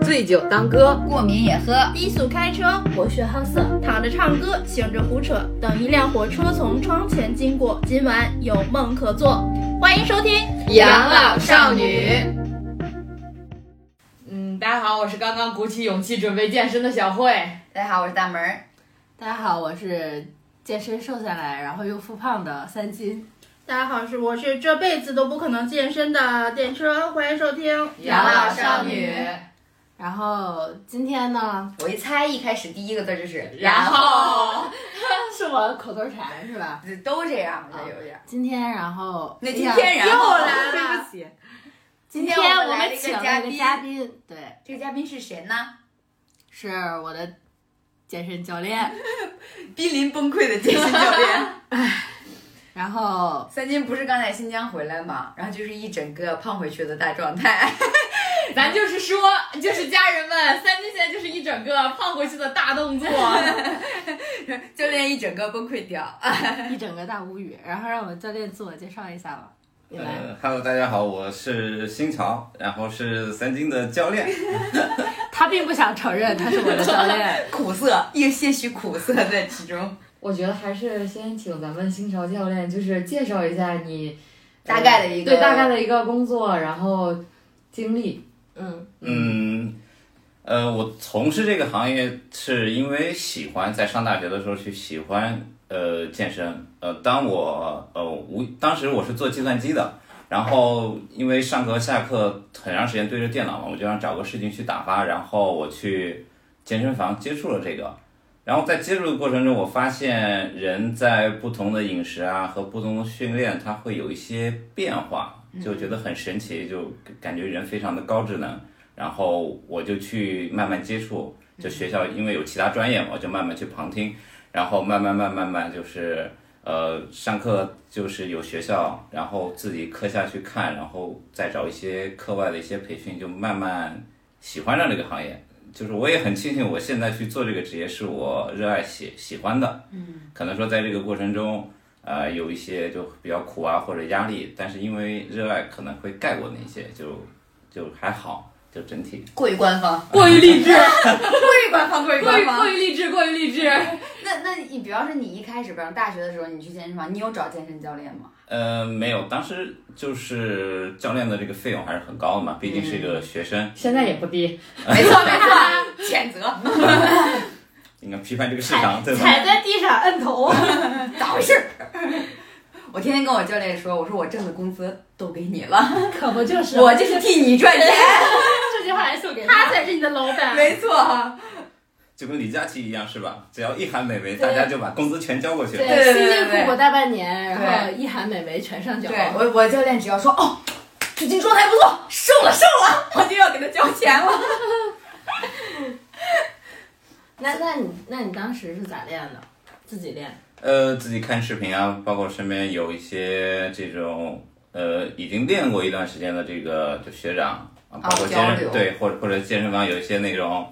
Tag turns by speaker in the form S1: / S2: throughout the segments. S1: 醉酒当歌，
S2: 过敏也喝。
S3: 低速开车，博学好色，躺着唱歌，醒着胡扯。等一辆火车从窗前经过，今晚有梦可做。欢迎收听《
S1: 养老少女》。
S4: 嗯，大家好，我是刚刚鼓起勇气准备健身的小慧。
S2: 大家好，我是大门儿。
S5: 大家好，我是健身瘦下来，然后又复胖的三金。
S3: 大家好，是我是这辈子都不可能健身的电车，欢迎收听。
S2: 养老少女
S5: 然后今天呢，
S2: 我一猜，一开始第一个字就是
S4: 然后，
S5: 是我口头禅是吧？
S2: 都这样，这有点儿。
S5: 今天，然后
S2: 那
S5: 哎
S2: 今
S5: 呀
S2: 天然后
S5: 又来了，对不起。今
S2: 天
S5: 天
S2: 我
S5: 我
S2: 们来了
S5: 们
S2: 一个
S5: 请
S2: 嘉
S5: 了一
S2: 宾
S5: 个嘉宾，对，
S2: 这个嘉宾是谁呢？
S5: 是我的健身教练。
S2: 濒临崩溃的健身教练。
S5: 然后
S2: 三金不是刚在新疆回来嘛，然后就是一整个胖回去的大状态。
S4: 咱 就是说，就是家人们，三金现在就是一整个胖回去的大动作。
S2: 教练一整个崩溃掉。
S5: 一整个大无语。然后让我们教练自我介绍一下吧。你来，
S6: 呃，Hello，大家好，我是新潮，然后是三金的教练。
S5: 他并不想承认他是我的教练。
S2: 苦涩，一些许苦涩在其中。
S7: 我觉得还是先请咱们新潮教练，就是介绍一下你呃
S2: 大概的一个
S7: 对大概的一个工作，然后经历。
S5: 嗯，
S6: 嗯，呃，我从事这个行业是因为喜欢，在上大学的时候去喜欢呃健身。呃，当我呃无当时我是做计算机的，然后因为上课下课很长时间对着电脑嘛，我就想找个事情去打发，然后我去健身房接触了这个。然后在接触的过程中，我发现人在不同的饮食啊和不同的训练，它会有一些变化，就觉得很神奇，就感觉人非常的高智能。然后我就去慢慢接触，就学校因为有其他专业嘛，我就慢慢去旁听，然后慢慢慢慢慢就是呃上课就是有学校，然后自己课下去看，然后再找一些课外的一些培训，就慢慢喜欢上这个行业。就是我也很庆幸我现在去做这个职业是我热爱喜喜欢的，嗯，可能说在这个过程中。呃，有一些就比较苦啊，或者压力，但是因为热爱可能会盖过那些，就就还好，就整体。
S2: 过于官方，
S4: 过于励志，
S2: 过于官 方，过于
S4: 过于
S2: 官
S4: 过
S2: 方。
S4: 于励志，过于励志。
S2: 那那你比方说你一开始，比方大学的时候你去健身房，你有找健身教练吗？
S6: 呃，没有，当时就是教练的这个费用还是很高的嘛，毕竟是一个学生，
S7: 现在也不低，
S2: 没错没错，谴责，
S6: 应该批判这个市场，对吧？
S5: 踩在地上摁头。
S2: 咋回事儿？ 我天天跟我教练说，我说我挣的工资都给你了，
S5: 可不就是
S2: 我就是替你赚钱。
S5: 这句话来送给
S3: 他才是你的老板。
S2: 没错，
S6: 就跟李佳琦一样是吧？只要一喊美眉，大家就把工资全交过去了。
S2: 对对
S5: 辛
S2: 对
S5: 辛
S2: 对
S5: 苦苦大半年，
S2: 对
S5: 然后一喊美眉全上脚。
S2: 对我我教练只要说哦，最近状态不错，瘦了瘦了，我就要给他交钱了。
S5: 那那你那你当时是咋练的？自己练？
S6: 呃，自己看视频啊，包括身边有一些这种呃已经练过一段时间的这个就学长啊，包括健
S2: 哦交流
S6: 身对，或者或者健身房有一些那种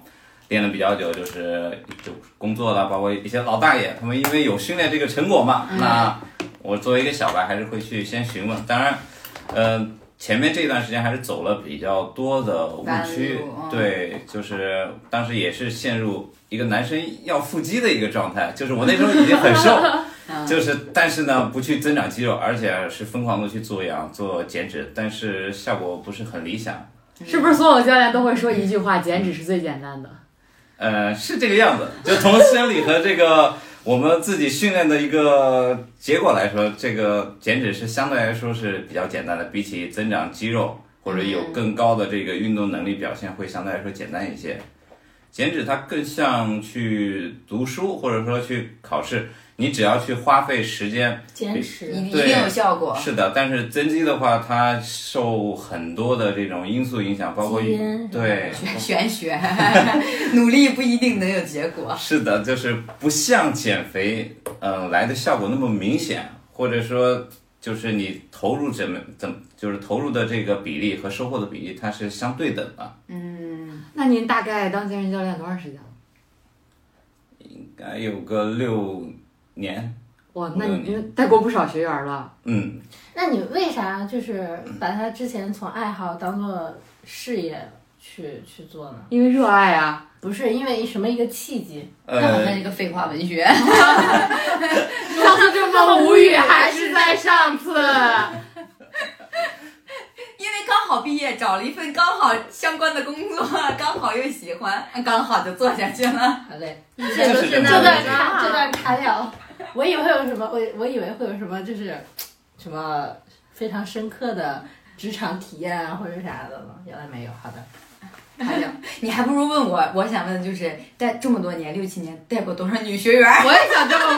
S6: 练的比较久，就是就工作了，包括一些老大爷，他们因为有训练这个成果嘛，
S2: 嗯
S6: 那我作为一个小白还是会去先询问，当然，呃。前面这段时间还是走了比较多的误区
S2: 弯路嗯，
S6: 对，就是当时也是陷入一个男生要腹肌的一个状态，就是我那时候已经 很瘦，
S2: 嗯
S6: 就是，但是呢，不去增长肌肉，而且是疯狂的去做氧、做减脂，但是效果不是很理想。
S7: 是不是所有教练都会说一句话：减脂是最简单的。
S6: 呃，是这个样子。就从生理和这个我们自己训练的一个结果来说，这个减脂是相对来说是比较简单的，比起增长肌肉或者有更高的这个运动能力表现，会相对来说简单一些。减脂它更像去读书，或者说去考试，你只要去花费时间
S5: 坚持
S2: 一一
S6: 对
S2: 定有效果，
S6: 是的，但是增肌的话，它受很多的这种因素影响，包括
S5: 基因
S6: 对，
S2: 玄玄学， 努力不一定能有结果。
S6: 是的，就是不像减肥，嗯、来的效果那么明显，或者说就是你投入怎么怎么，就是投入的这个比例和收获的比例，它是相对等的。
S2: 嗯，
S7: 那您大概当健身教练多长时间了？
S6: 应该有个六年，
S7: 哇，那你那带过不少学员了。
S6: 嗯，
S5: 那你为啥就是把它之前从爱好当做事业去去做呢？
S7: 因为热爱 啊，
S5: 不是因为什么一个契机？
S2: 那好
S6: 呃
S2: 像，是个废话文学。
S7: 上次这么无 语，还是在上次。
S2: 因为刚好毕业，找了一份刚好相关的工作，刚好又喜欢， 刚好就做下去了。
S5: 好嘞，
S3: 一切都
S6: 就是这
S3: 是
S6: 么
S5: 这
S3: 那
S6: 回
S5: 段
S6: 事
S3: 么
S5: 卡这段卡掉。我以为会有什么，我我以为会有什么，就是什么非常深刻的职场体验啊，或者啥的呢？原来没有。好的，
S2: 哎呀，你还不如问我，我想问的就是，带这么多年，六七年，带过多少女学员？
S4: 我也想这么问，我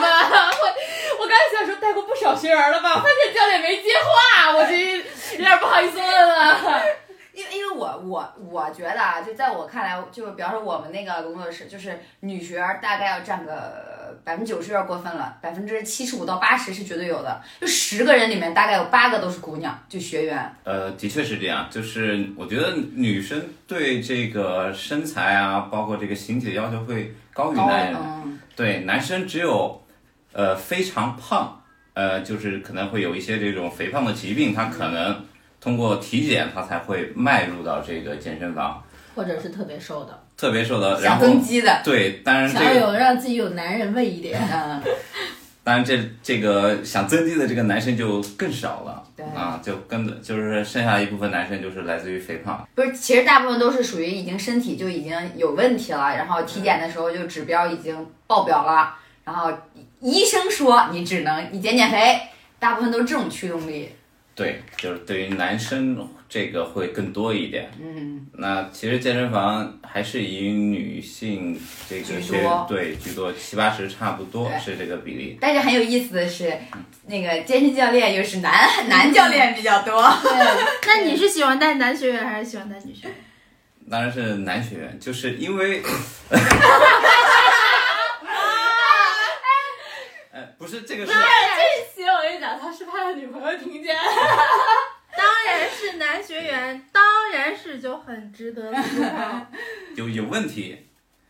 S4: 我刚才想说带过不少学员了吧，我发现教练没接话，我这有点不好意思问了。
S2: 因为因为我我我觉得啊，就在我看来，就比方说我们那个工作室，就是女学员大概要占个百分之九十有点过分了，百分之七十五到八十是绝对有的。就十个人里面大概有八个都是姑娘，就学员。
S6: 呃，的确是这样，就是我觉得女生对这个身材啊，包括这个形体的要求会高于男人。
S2: 嗯，
S6: 对，男生只有呃非常胖，呃，就是可能会有一些这种肥胖的疾病，他可能通过体检他才会迈入到这个健身房，
S5: 或者是特别瘦的，
S6: 特别瘦的。然
S2: 想
S6: 后
S2: 增肌的，
S6: 对，当
S3: 嗯
S6: 然这
S5: 想要
S6: 个
S5: 有让自己有男人味一点。
S2: 嗯，
S6: 当然这这个想增肌的这个男生就更少了
S2: 对
S6: 啊，就跟着就是剩下一部分男生就是来自于肥胖。
S2: 不是，其实大部分都是属于已经身体就已经有问题了，然后体检的时候就指标已经爆表了，然后医生说你只能你减减肥，大部分都是这种驱动力。
S6: 对，就是对于男生这个会更多一点。
S2: 嗯，
S6: 那其实健身房还是以女性这个
S2: 居
S6: 学
S2: 多
S6: 对居多，七八十差不多
S2: 对
S6: 是这个比例。
S2: 但是很有意思的是，那个健身教练又是男男教练比较多。
S3: 那你是喜欢带男学员还是喜欢带女学员？
S6: 当然是男学员，就是因 为，呃，不是这 个是
S4: 行，我跟你讲，他是怕他女朋友听见。
S3: 当然是男学员，当然是就很值得思考。
S6: 有有问题。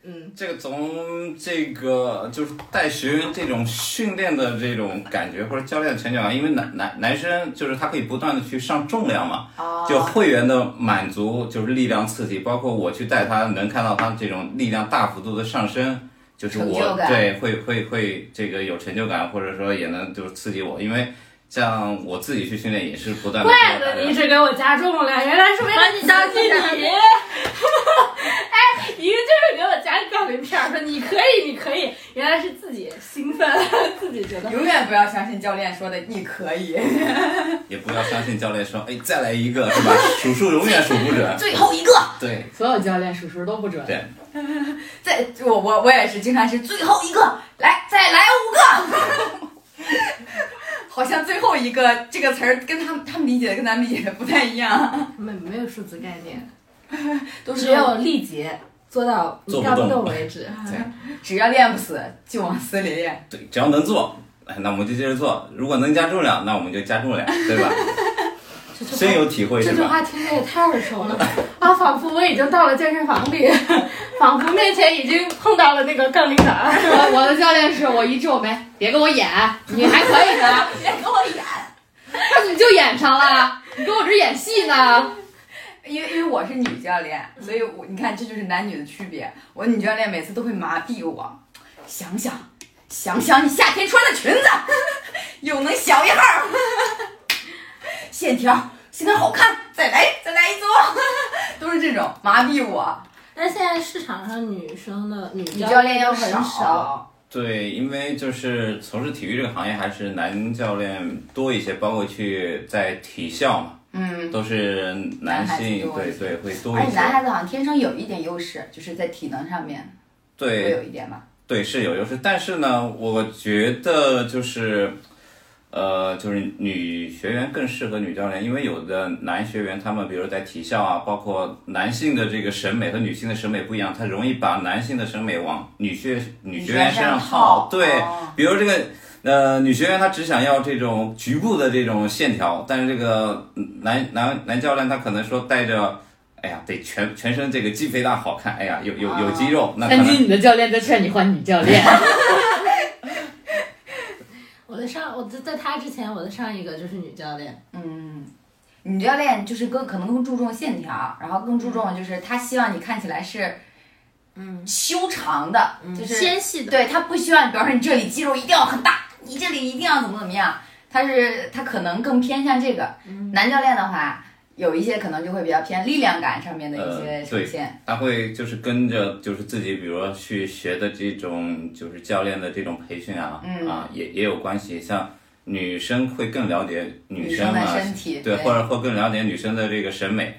S5: 嗯，
S6: 这个从这个就是带学员这种训练的这种感觉，或者教练的成长，因为男男男生就是他可以不断的去上重量嘛，
S2: 哦
S6: 就会员的满足就是力量刺激，包括我去带他，能看到他这种力量大幅度的上升，就是
S2: 成就
S6: 我
S2: 感
S6: 对会会会这个有成就感，或者说也能就是刺激我，因为像我自己去训练也是不断的。
S1: 怪不得你一直给我加重了，原来是为了相信 你。哎，一个就是给我加杠铃片儿，说你可以，你可以，原来是自己兴 奋，自己觉得。
S2: 永远不要相信教练说的你可以，
S6: 也不要相信教练说，哎，再来一个是吧？数数永远数不 准。
S2: 最后一个。
S6: 对
S7: 所有教练数数都不准。
S6: 对，
S2: 再我我我也是，经常是最后一个，来再来五个， 好像最后一个这个词儿跟他们他们理解的跟咱们理解的不太一样，
S5: 没没有数字概念，
S2: 都是
S5: 只有力竭，做到你
S6: 做不
S5: 干不
S6: 动
S5: 动为止。
S6: 嗯
S2: 只要练不死就往死里练。
S6: 对，只要能做，哎，那我们就接着做；如果能加重量，那我们就加重量，对吧？深有体会
S7: 这
S6: 是
S7: 句
S6: 吧？
S7: 话听着也太耳 熟了啊！仿佛我已经到了健身房里，仿佛面前已经碰到了那个杠铃杆儿。
S1: 我我的教练是我一皱眉，别跟我演，你还可以呢，
S2: 别跟我演，
S1: 那你就演上了，你跟我这演戏呢？
S2: 因为因为我是女教练，所以我你看这就是男女的区别。我女教练每次都会麻痹我，想想想想你夏天穿的裙子，又能小一号儿，线条线条好看，再来再来一撮， 都是这种麻痹我。
S5: 但现在市场上女生的女
S2: 女教练
S5: 都
S2: 要
S5: 很少，
S2: 少，
S6: 对，因为就是从事体育这个行业，还是男教练多一些，包括去在体校嘛，
S2: 嗯。
S6: 都是
S2: 男
S6: 男
S2: 孩子
S6: 性，
S2: 多
S6: 对
S2: 一些
S6: 对，会多
S2: 而
S6: 一
S2: 且哎男孩
S6: 些。
S2: 子好像天生有一点优势，就是在体能上面会
S6: 对
S2: 有一点吧。
S6: 对，是有优势，但是呢，我觉得就是，呃，就是女学员更适合女教练，因为有的男学员他们，比如在体校啊，包括男性的这个审美和女性的审美不一样，他容易把男性的审美往女学女学员身上
S2: 套
S6: 套，，对，
S2: 哦
S6: 比如这个呃女学员她只想要这种局部的这种线条，但是这个男男男教练他可能说带着。哎呀，得全全身这个肌肥大好看，哎呀，有有有肌肉， 那可
S1: 三
S6: 能
S1: 金，你的教练在劝你换女教 练。
S5: 我的上，我在在她之前，我的上一个就是女教练，
S2: 嗯，女教练就是更可能更注重线条，然后更注重就是她希望你看起来是，嗯，修长的，就是
S3: 纤细的，
S2: 对他不希望，比方说你这里肌肉一定要很大，你这里一定要怎么怎么样，他是他可能更偏向这个。男教练的话，有一些可能就会比较偏力量感上面的一些
S6: 呃
S2: 呈现。
S6: 他会就是跟着就是自己，比如说去学的这种就是教练的这种培训啊，
S2: 嗯
S6: 啊也也有关系。像女生会更了解女
S2: 女
S6: 生
S2: 生
S6: 啊，
S2: 的身体，
S6: 对，或者或更了解女生的这个审美。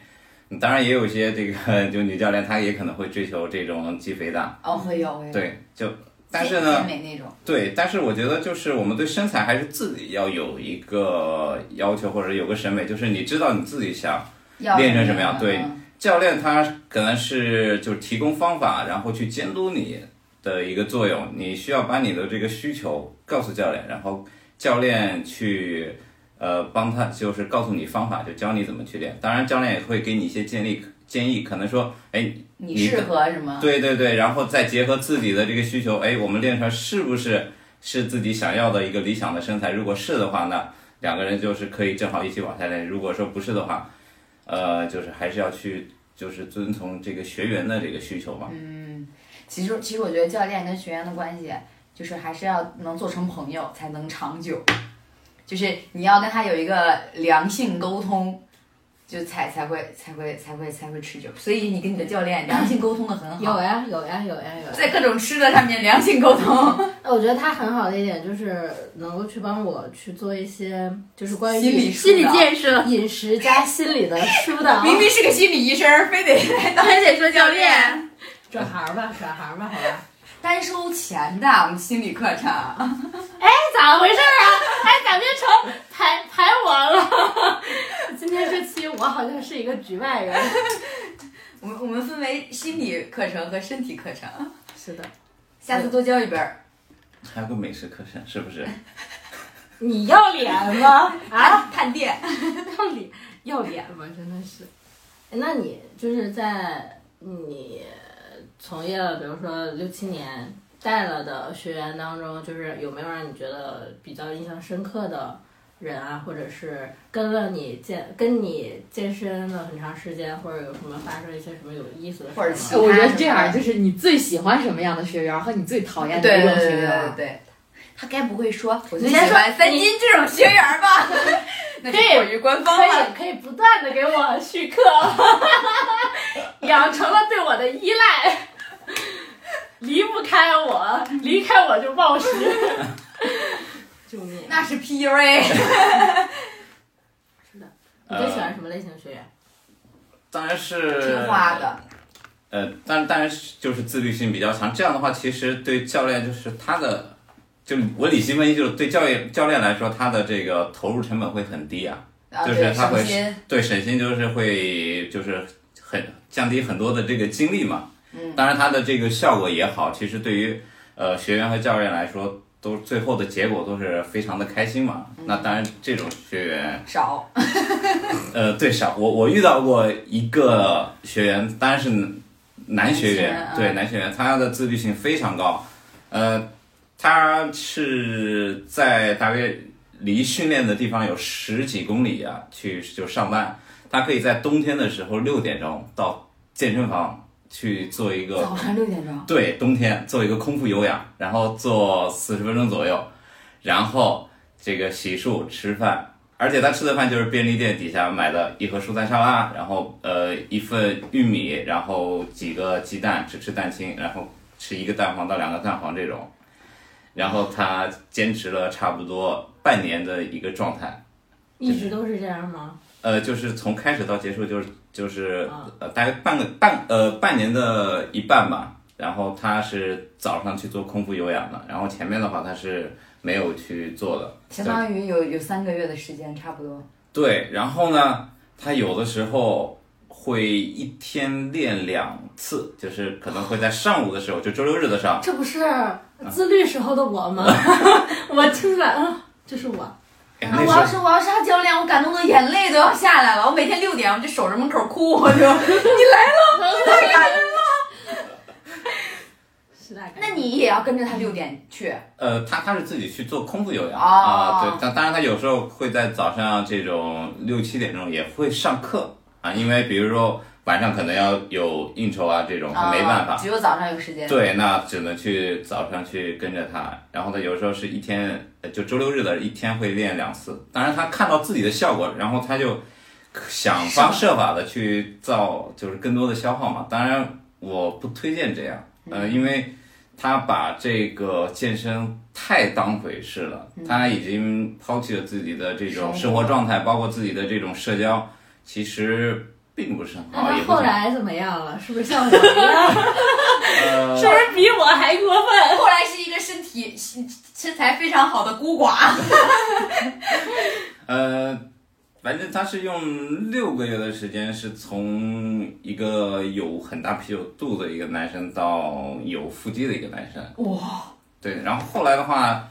S6: 嗯当然也有一些这个就女教练，她也可能会追求这种肌肥大，
S2: 哦会有会有，
S6: 对，就但是
S2: 健
S6: 呢
S2: 健，美那种，
S6: 对，但是我觉得就是我们对身材还是自己要有一个要求或者有个审美，就是你知道你自己想
S2: 要
S6: 练成什么样对
S2: 嗯
S6: 教练他可能是就是提供方法，然后去监督你的一个作用。你需要把你的这个需求告诉教练，然后教练去呃帮他，就是告诉你方法，就教你怎么去练。当然，教练也会给你一些建议建议，可能说，哎，
S2: 你
S6: 你
S2: 适合什么？
S6: 对对对，然后再结合自己的这个需求，哎，我们练出来是不是是自己想要的一个理想的身材？如果是的话，那两个人就是可以正好一起往下练；如果说不是的话，呃，就是还是要去就是遵从这个学员的这个需求吧。
S2: 嗯，其实其实我觉得教练跟学员的关系，就是还是要能做成朋友才能长久，就是你要跟他有一个良性沟通，就才才会才会才会才会持久。所以你跟你的教练良性沟通的很
S5: 有
S2: 好，
S5: 呀有呀有呀有呀。
S2: 在各种吃的上面良性 沟通，
S5: 我觉得他很好的一点就是能够去帮我去做一些，就是关于
S2: 心理疏
S3: 心理
S2: 导。
S3: 建 设，
S5: 饮食加心 理的啊疏导。
S2: 明明是个心理医生，非得 来当
S3: 而且说教练，
S5: 转行吧，转行吧，好吧。
S2: 单收钱的我们心理课程。
S1: 咋回事啊？哎，咋变成排排我了？
S5: 今天这期我好像是一个局外人。
S2: 我们我们分为心理课程和身体课程，
S5: 是的，
S2: 下次多交一本儿。
S6: 还有个美食课程，是不是？
S2: 哎
S5: 你要脸吗？啊，
S2: 探店。
S5: 要脸要脸吗？真的是。哎那你就是在你从业了，比如说六七年带了的学员当中，就是有没有让你觉得比较印象深刻的人啊，或者是跟了你健跟你健身了很长时间，或者有什么发生一些什么有意思的事
S2: 或者
S5: 吗
S2: 其
S4: 哎我觉得这样就是你最喜欢什么样的学员和你最讨厌的
S2: 对
S4: 一
S2: 对
S4: 种
S2: 对
S4: 学
S2: 对对
S4: 员。
S2: 对，他该不会说啊我最
S5: 你
S2: 喜
S5: 先
S2: 欢三金这种学员 吧？那是过于官方
S1: 可
S2: 了。
S1: 以可以不断的给我续 课，养成了对我的依赖，离不开我，离开我就暴食。
S5: 救命！
S2: 那是 PUA。
S5: 你最喜欢什么类型学员？
S6: 当然是
S2: 听话的。
S6: 呃，但当然是就是自律性比较强。这样的话，其实对教练就是他的，就我理性分析，就是对教练教练来说，他的这个投入成本会很低啊。
S2: 啊，
S6: 就是
S2: 对，
S6: 他会
S2: 省心。
S6: 对省心就是会就是很降低很多的这个精力嘛。
S2: 嗯
S6: 当然它的这个效果也好，其实对于呃学员和教练来说，都最后的结果都是非常的开心嘛。那当然这种学员，
S2: 少，
S6: 呃，对少我我遇到过一个学员，当然是男学
S2: 男学
S6: 员，
S2: 员
S6: 对
S2: 嗯
S6: 男学员，他的自律性非常高，呃，他是在大约离训练的地方有十几公里啊，去就上班。他可以在冬天的时候六点钟到健身房去做一个
S2: 早上六点钟，
S6: 对冬天做一个空腹有氧，然后做四十分钟左右，然后这个洗漱吃饭，而且他吃的饭就是便利店底下买的一盒蔬菜沙拉，然后呃一份玉米，然后几个鸡蛋，只吃蛋清，然后吃一个蛋黄到两个蛋黄这种，然后他坚持了差不多半年的一个状态。
S5: 一直都是这样吗？
S6: 呃，就是从开始到结束，就是就是
S5: 啊
S6: 呃，大概半个半呃半年的一半吧。然后他是早上去做空腹有氧的，然后前面的话他是没有去做的。
S2: 相当于有有三个月的时间，差不多。
S6: 对，然后呢，他有的时候会一天练两次，就是可能会在上午的时候，就周六日的
S2: 啊
S6: 上，
S5: 这不是自律时候的我 吗？我听出来，嗯，这是我。
S6: 哎
S2: 啊！
S6: 那
S2: 我
S6: 时候
S2: 要是我要是他教练，我感动的眼泪都要下来了。我每天六点，我就守着门 口哭，我就你来了，你太感人了。
S5: 是大概。
S2: 那你也要跟着他六点去，
S6: 呃，他他是自己去做空腹有氧
S2: 哦
S6: 啊、对，但当然他有时候会在早上这种六七点钟也会上课啊，因为比如说晚上可能要有应酬啊这种，他没办法。
S2: 啊只有早上有时间。
S6: 对，那只能去早上去跟着他，然后他有时候是一天，呃就周六日的一天会练两次。当然他看到自己的效果，然后他就想方设法的去造，就是更多的消耗嘛。当然我不推荐这样，
S5: 嗯
S6: 呃，因为他把这个健身太当回事了，
S5: 嗯
S6: 他已经抛弃了自己的这种生活状态，包括自己的这种社交，其实并不是很好，
S5: 那
S6: 也
S5: 他
S6: 不
S5: 后
S6: 是很
S5: 来怎么样了？是不是像我一样？
S6: 呃
S1: 是不是比我还过分？
S2: 后来是一个身体身身材非常好的孤寡，
S6: 呃，反正他是用六个月的时间，是从一个有很大啤酒肚的一个男生到有腹肌的一个男生。哇！对，然后后来的话，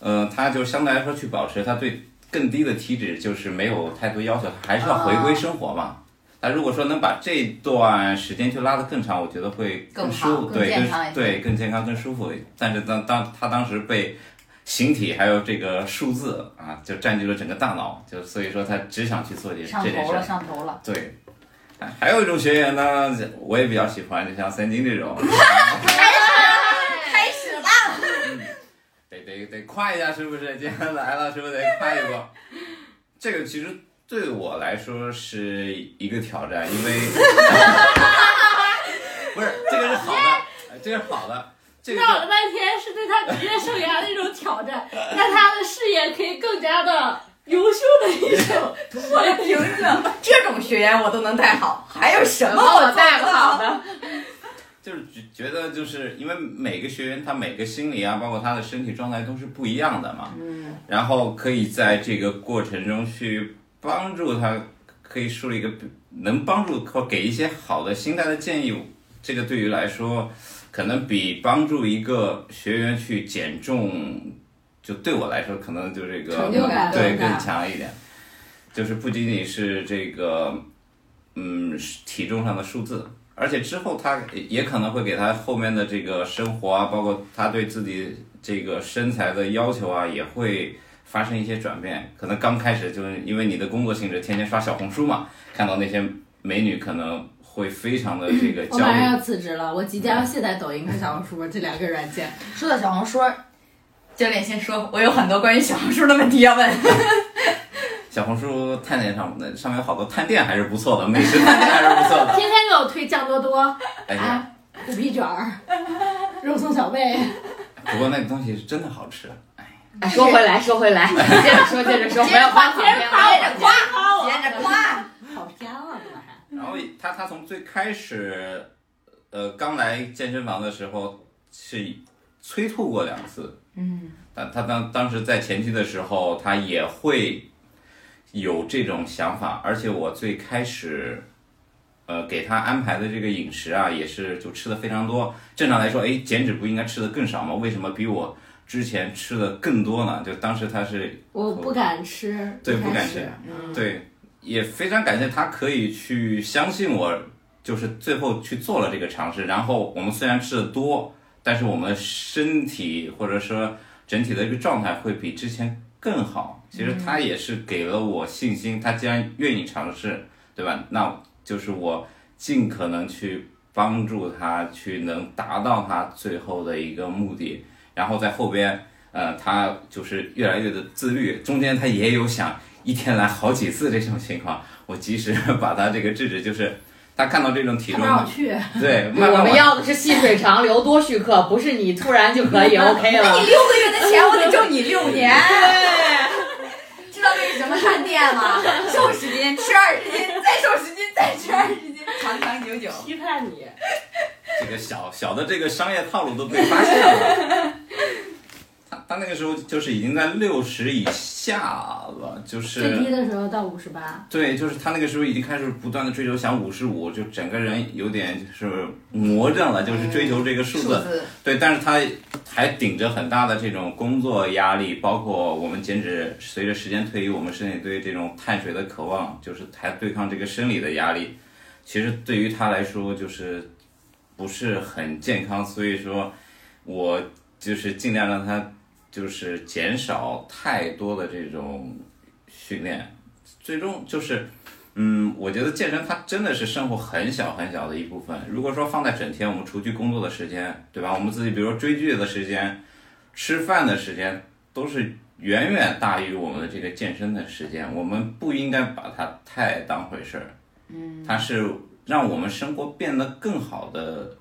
S6: 呃，他就相对来说去保持他对更低的体脂，就是没有太多要求，还是要回
S2: 啊
S6: 归生活嘛。他如果说能把这段时间去拉得更长，我觉得会
S2: 更好
S6: 舒服，
S2: 更
S6: 对，
S2: 健康一
S6: 更对更健康、更舒服。但是当当他当时被形体还有这个数字啊，就占据了整个大脑，就所以说他只想去做这
S2: 上
S6: 这件
S2: 头
S6: 事
S2: 了，
S6: 儿。
S2: 上头了。
S6: 对，哎还有一种学员呢，我也比较喜欢，就像三金这种，
S2: 开始了，
S6: 嗯得得得夸一下，是不是？今天来了，是不是得夸一波？这个其实对我来说是一个挑战，因 为不是这个是好的，哎这个是好的，这个是
S1: 闹了半天是对他职业生涯的一种挑战，让他的事业可以更加的优秀的一 种突破。
S2: 凭着这种学员我都能带好，还有什么我带不好的？
S6: 就是觉觉得就是因为每个学员他每个心理啊，包括他的身体状态都是不一样的嘛，嗯，然后可以在这个过程中去帮助他，可以树立一个能帮助或给一些好的心态的建议，呃这个对于来说，可能比帮助一个学员去减重，就对我来说可能就这个
S5: 成就感
S6: 对
S5: 更大
S6: 更强一点，就是不仅仅是这个嗯体重上的数字，而且之后他也可能会给他后面的这个生活啊，包括他对自己这个身材的要求啊，也会发生一些转变。可能刚开始就是因为你的工作性质，天天刷小红书嘛，看到那些美女可能会非常的这个
S5: 嗯我
S6: 焦
S5: 马上
S6: 虑。
S5: 要辞职了，我即将卸载抖音和小红书这两个软件。
S2: 说到小红书，教练先说，我有很多关于小红书的问题要 问。
S6: 小红书探店上，那上面有好多探店还是不错的，美食探店还是不错 的。
S1: 天天给我推酱多多、
S6: 哎呀，
S1: 虎皮卷 儿、肉松小贝，
S6: 不过那个东西是真的好吃。
S4: 哎说回来，说 回来，接着说，接着说，不要夸旁边了。
S2: 接着夸，接着夸。
S5: 跑偏啊了，怎么还？
S6: 然后他他从最开始，呃，刚来健身房的时候是催吐过两次。嗯。但他当当时在前期的时候，他也会有这种想法，而且我最开始。呃，给他安排的这个饮食啊，也是就吃的非常多。正常来说，哎，减脂不应该吃的更少吗？为什么比我之前吃的更多呢？就当时他是
S5: 我不敢吃，嗯
S6: 对，
S5: 一开
S6: 不敢
S5: 始
S6: 吃，对，也非常感谢他可以去相信我，就是最后去做了这个尝试。然后我们虽然吃的多，但是我们身体或者说整体的一个状态会比之前更好。其实他也是给了我信心，他既然愿意尝试，对吧？那就是我尽可能去帮助他去能达到他最后的一个目的，然后在后边。呃，他就是越来越的自律，中间他也有想一天来好几次这种情况，我及时 把他这个制止，就是他看到这种体重，
S5: 让我去。
S6: 对，慢
S4: 我
S6: 慢
S4: 们
S6: 往
S4: 要的是细水长流，多续课，不是你突然就可 以 OK
S2: 那你
S4: 了。
S2: 六个月的钱，我得挣你六年。知道为什么探店吗？瘦十斤，吃二十斤，再瘦十斤，再吃二十斤，长长久久。
S1: 批判你。
S6: 这个小小的这个商业套路都被发现了。他他那个时候就是已经在六十以下了，就 是
S5: 最低的时候到五十八，
S6: 对，就是他那个时候已经开始不断的追求想五十五，就整个人有点就是魔怔了，就是追求这个数字。
S2: 字
S6: 对，但是他还顶着很大的这种工作压力，包括我们减脂，随着时间推移，我们身体对这种碳水的渴望，就是还对抗这个生理的压力。其实对于他来说，就是不是很健康，所以说，我就是尽量让他就是减少太多的这种训练，最终就是。嗯，我觉得健身它真的是生活很小很小的一部分。如果说放在整天我们除去工作的时间，对吧？我们自己比如说追剧的时间、吃饭的时间，都是远远大于我们的这个健身的时间。我们不应该把它太当回事儿。嗯，它是让我们生活变得更好的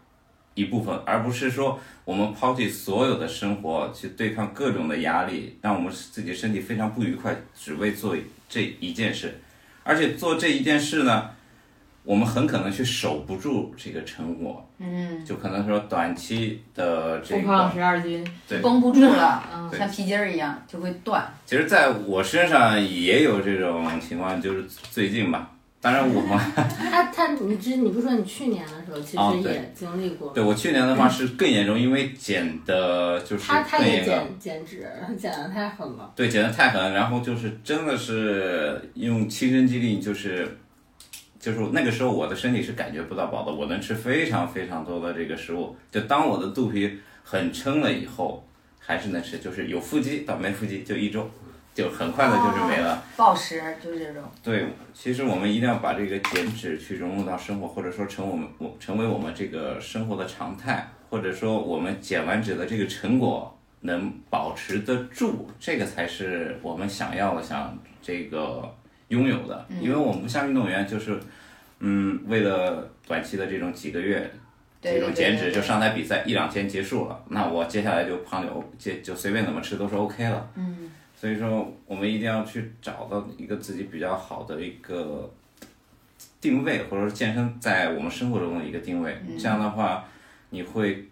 S6: 一部分，而不是说我们抛弃所有的生活去对抗各种的压力，让我们自己身体非常不愉快，只为做这一件事。而且做这一件事呢，我们很可能去守不住这个成果，嗯，就可能说短期的这
S4: 不胖
S6: 个，
S4: 十二斤，
S6: 对
S2: 绷不住了，嗯
S6: 对
S2: 像皮筋儿一样就会断。
S6: 其实在我身上也有这种情况，就是最近吧，当然我
S5: 他他，你之你不是说你去年的时候其
S6: 哦
S5: 实
S6: 对
S5: 也经历过吗，
S6: 对我去年的话是更严重，因为减的就是
S5: 他他
S6: 更
S5: 也
S6: 严重。
S5: 减减脂，减的太狠了。
S6: 对，减的太狠，然后就是真的是用亲身经历，就是就是那个时候我的身体是感觉不到饱的，我能吃非常非常多的这个食物。就当我的肚皮很撑了以后，还是能吃，就是有腹肌到没腹肌就一周，就很快的就是没了。
S2: 暴食就是这种，
S6: 对，其实我们一定要把这个减脂去融入到生活，或者说成我们我成为我们这个生活的常态，或者说我们减完脂的这个成果能保持得住，这个才是我们想要的，想这个拥有的。因为我们不像运动员，就是嗯，为了短期的这种几个月
S2: 对
S6: 这
S2: 对
S6: 种
S2: 对
S6: 减
S2: 对
S6: 脂，就上台比赛一两天结束了，那我接下来就胖就就就随便怎么吃都是 OK 了。嗯，所以说我们一定要去找到一个自己比较好的一个定位，或者说健身在我们生活中的一个定位。
S2: 嗯
S6: 这样的话，你会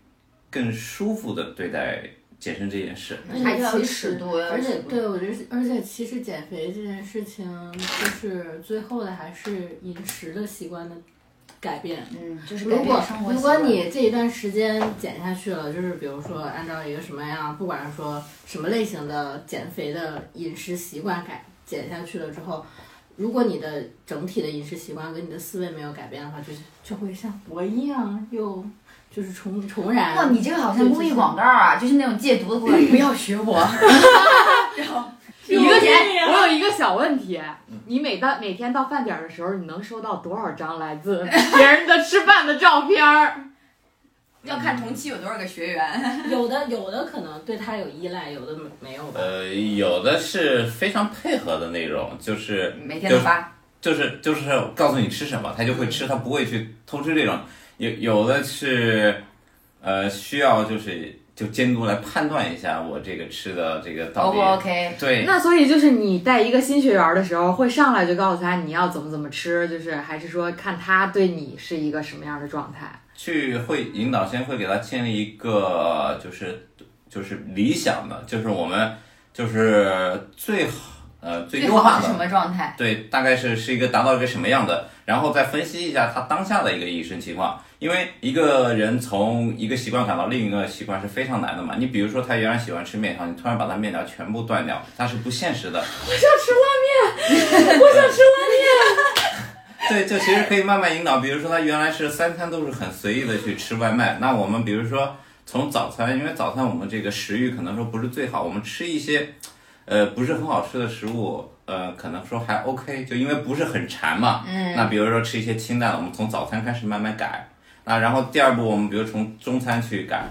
S6: 更舒服的对待健身这件事。
S5: 而且
S2: 还要有
S5: 其
S2: 尺
S5: 实
S2: 度，要有
S5: 而且
S2: 尺度
S5: 对我觉得是，而且其实减肥这件事情，就是最后的还是饮食的习惯的改变。
S2: 嗯，就是
S5: 如
S2: 改
S5: 果
S2: 变生活习
S5: 如果
S2: 惯。
S5: 你这一段时间减下去了，就是比如说按照一个什么样，不管是说什么类型的减肥的饮食习惯改减下去了之后，如果你的整体的饮食习惯跟你的思维没有改变的话，就是就会像佛一样，又就是重重燃。
S2: 哇，你这个好像公益广告啊，就是那种戒毒的广 告，不要学我。
S4: 一个点，我有一个小问题，
S2: 嗯
S4: 你每到每天到饭点儿的时候，你能收到多少张来自别人的吃饭的照片儿？
S2: 要看同期有多少个学员，
S5: 有的有的可能对它有依赖，有的没有吧。
S6: 呃，有的是非常配合的那种，就是
S2: 每天都
S6: 就是
S2: 发。
S6: 就是就是告诉你吃什么，他就会吃，他不会去偷吃这种。有有的是，呃，需要就是就监督来判断一下我这个吃的这个
S2: O
S6: 到
S2: 不
S6: 底。
S2: 哦 OK？
S6: 对，
S4: 那所以就是你带一个新学员儿的时候，会上来就告诉他你要怎么怎么吃，就是还是说看他对你是一个什么样的状态？
S6: 去会引导先会给他建立一个就是就是理想的，就是我们就是最好呃最
S2: 最
S6: 优化
S2: 好是
S6: 的
S2: 什么状态？
S6: 对，大概是是一个达到一个什么样的，然后再分析一下他当下的一个饮食情况。因为一个人从一个习惯改到另一个习惯是非常难的嘛。你比如说，他原来喜欢吃面条，你突然把他面条全部断掉，它是不现实的。对，就其实可以慢慢引导。比如说，他原来是三餐都是很随意的去吃外卖，那我们比如说从早餐，因为早餐我们这个食欲可能说不是最好，我们吃一些，呃，不是很好吃的食物，呃，可能说还 OK，就因为不是很馋嘛。嗯。那比如说吃一些清淡的，我们从早餐开始慢慢改。那然后第二步，我们比如从中餐去改，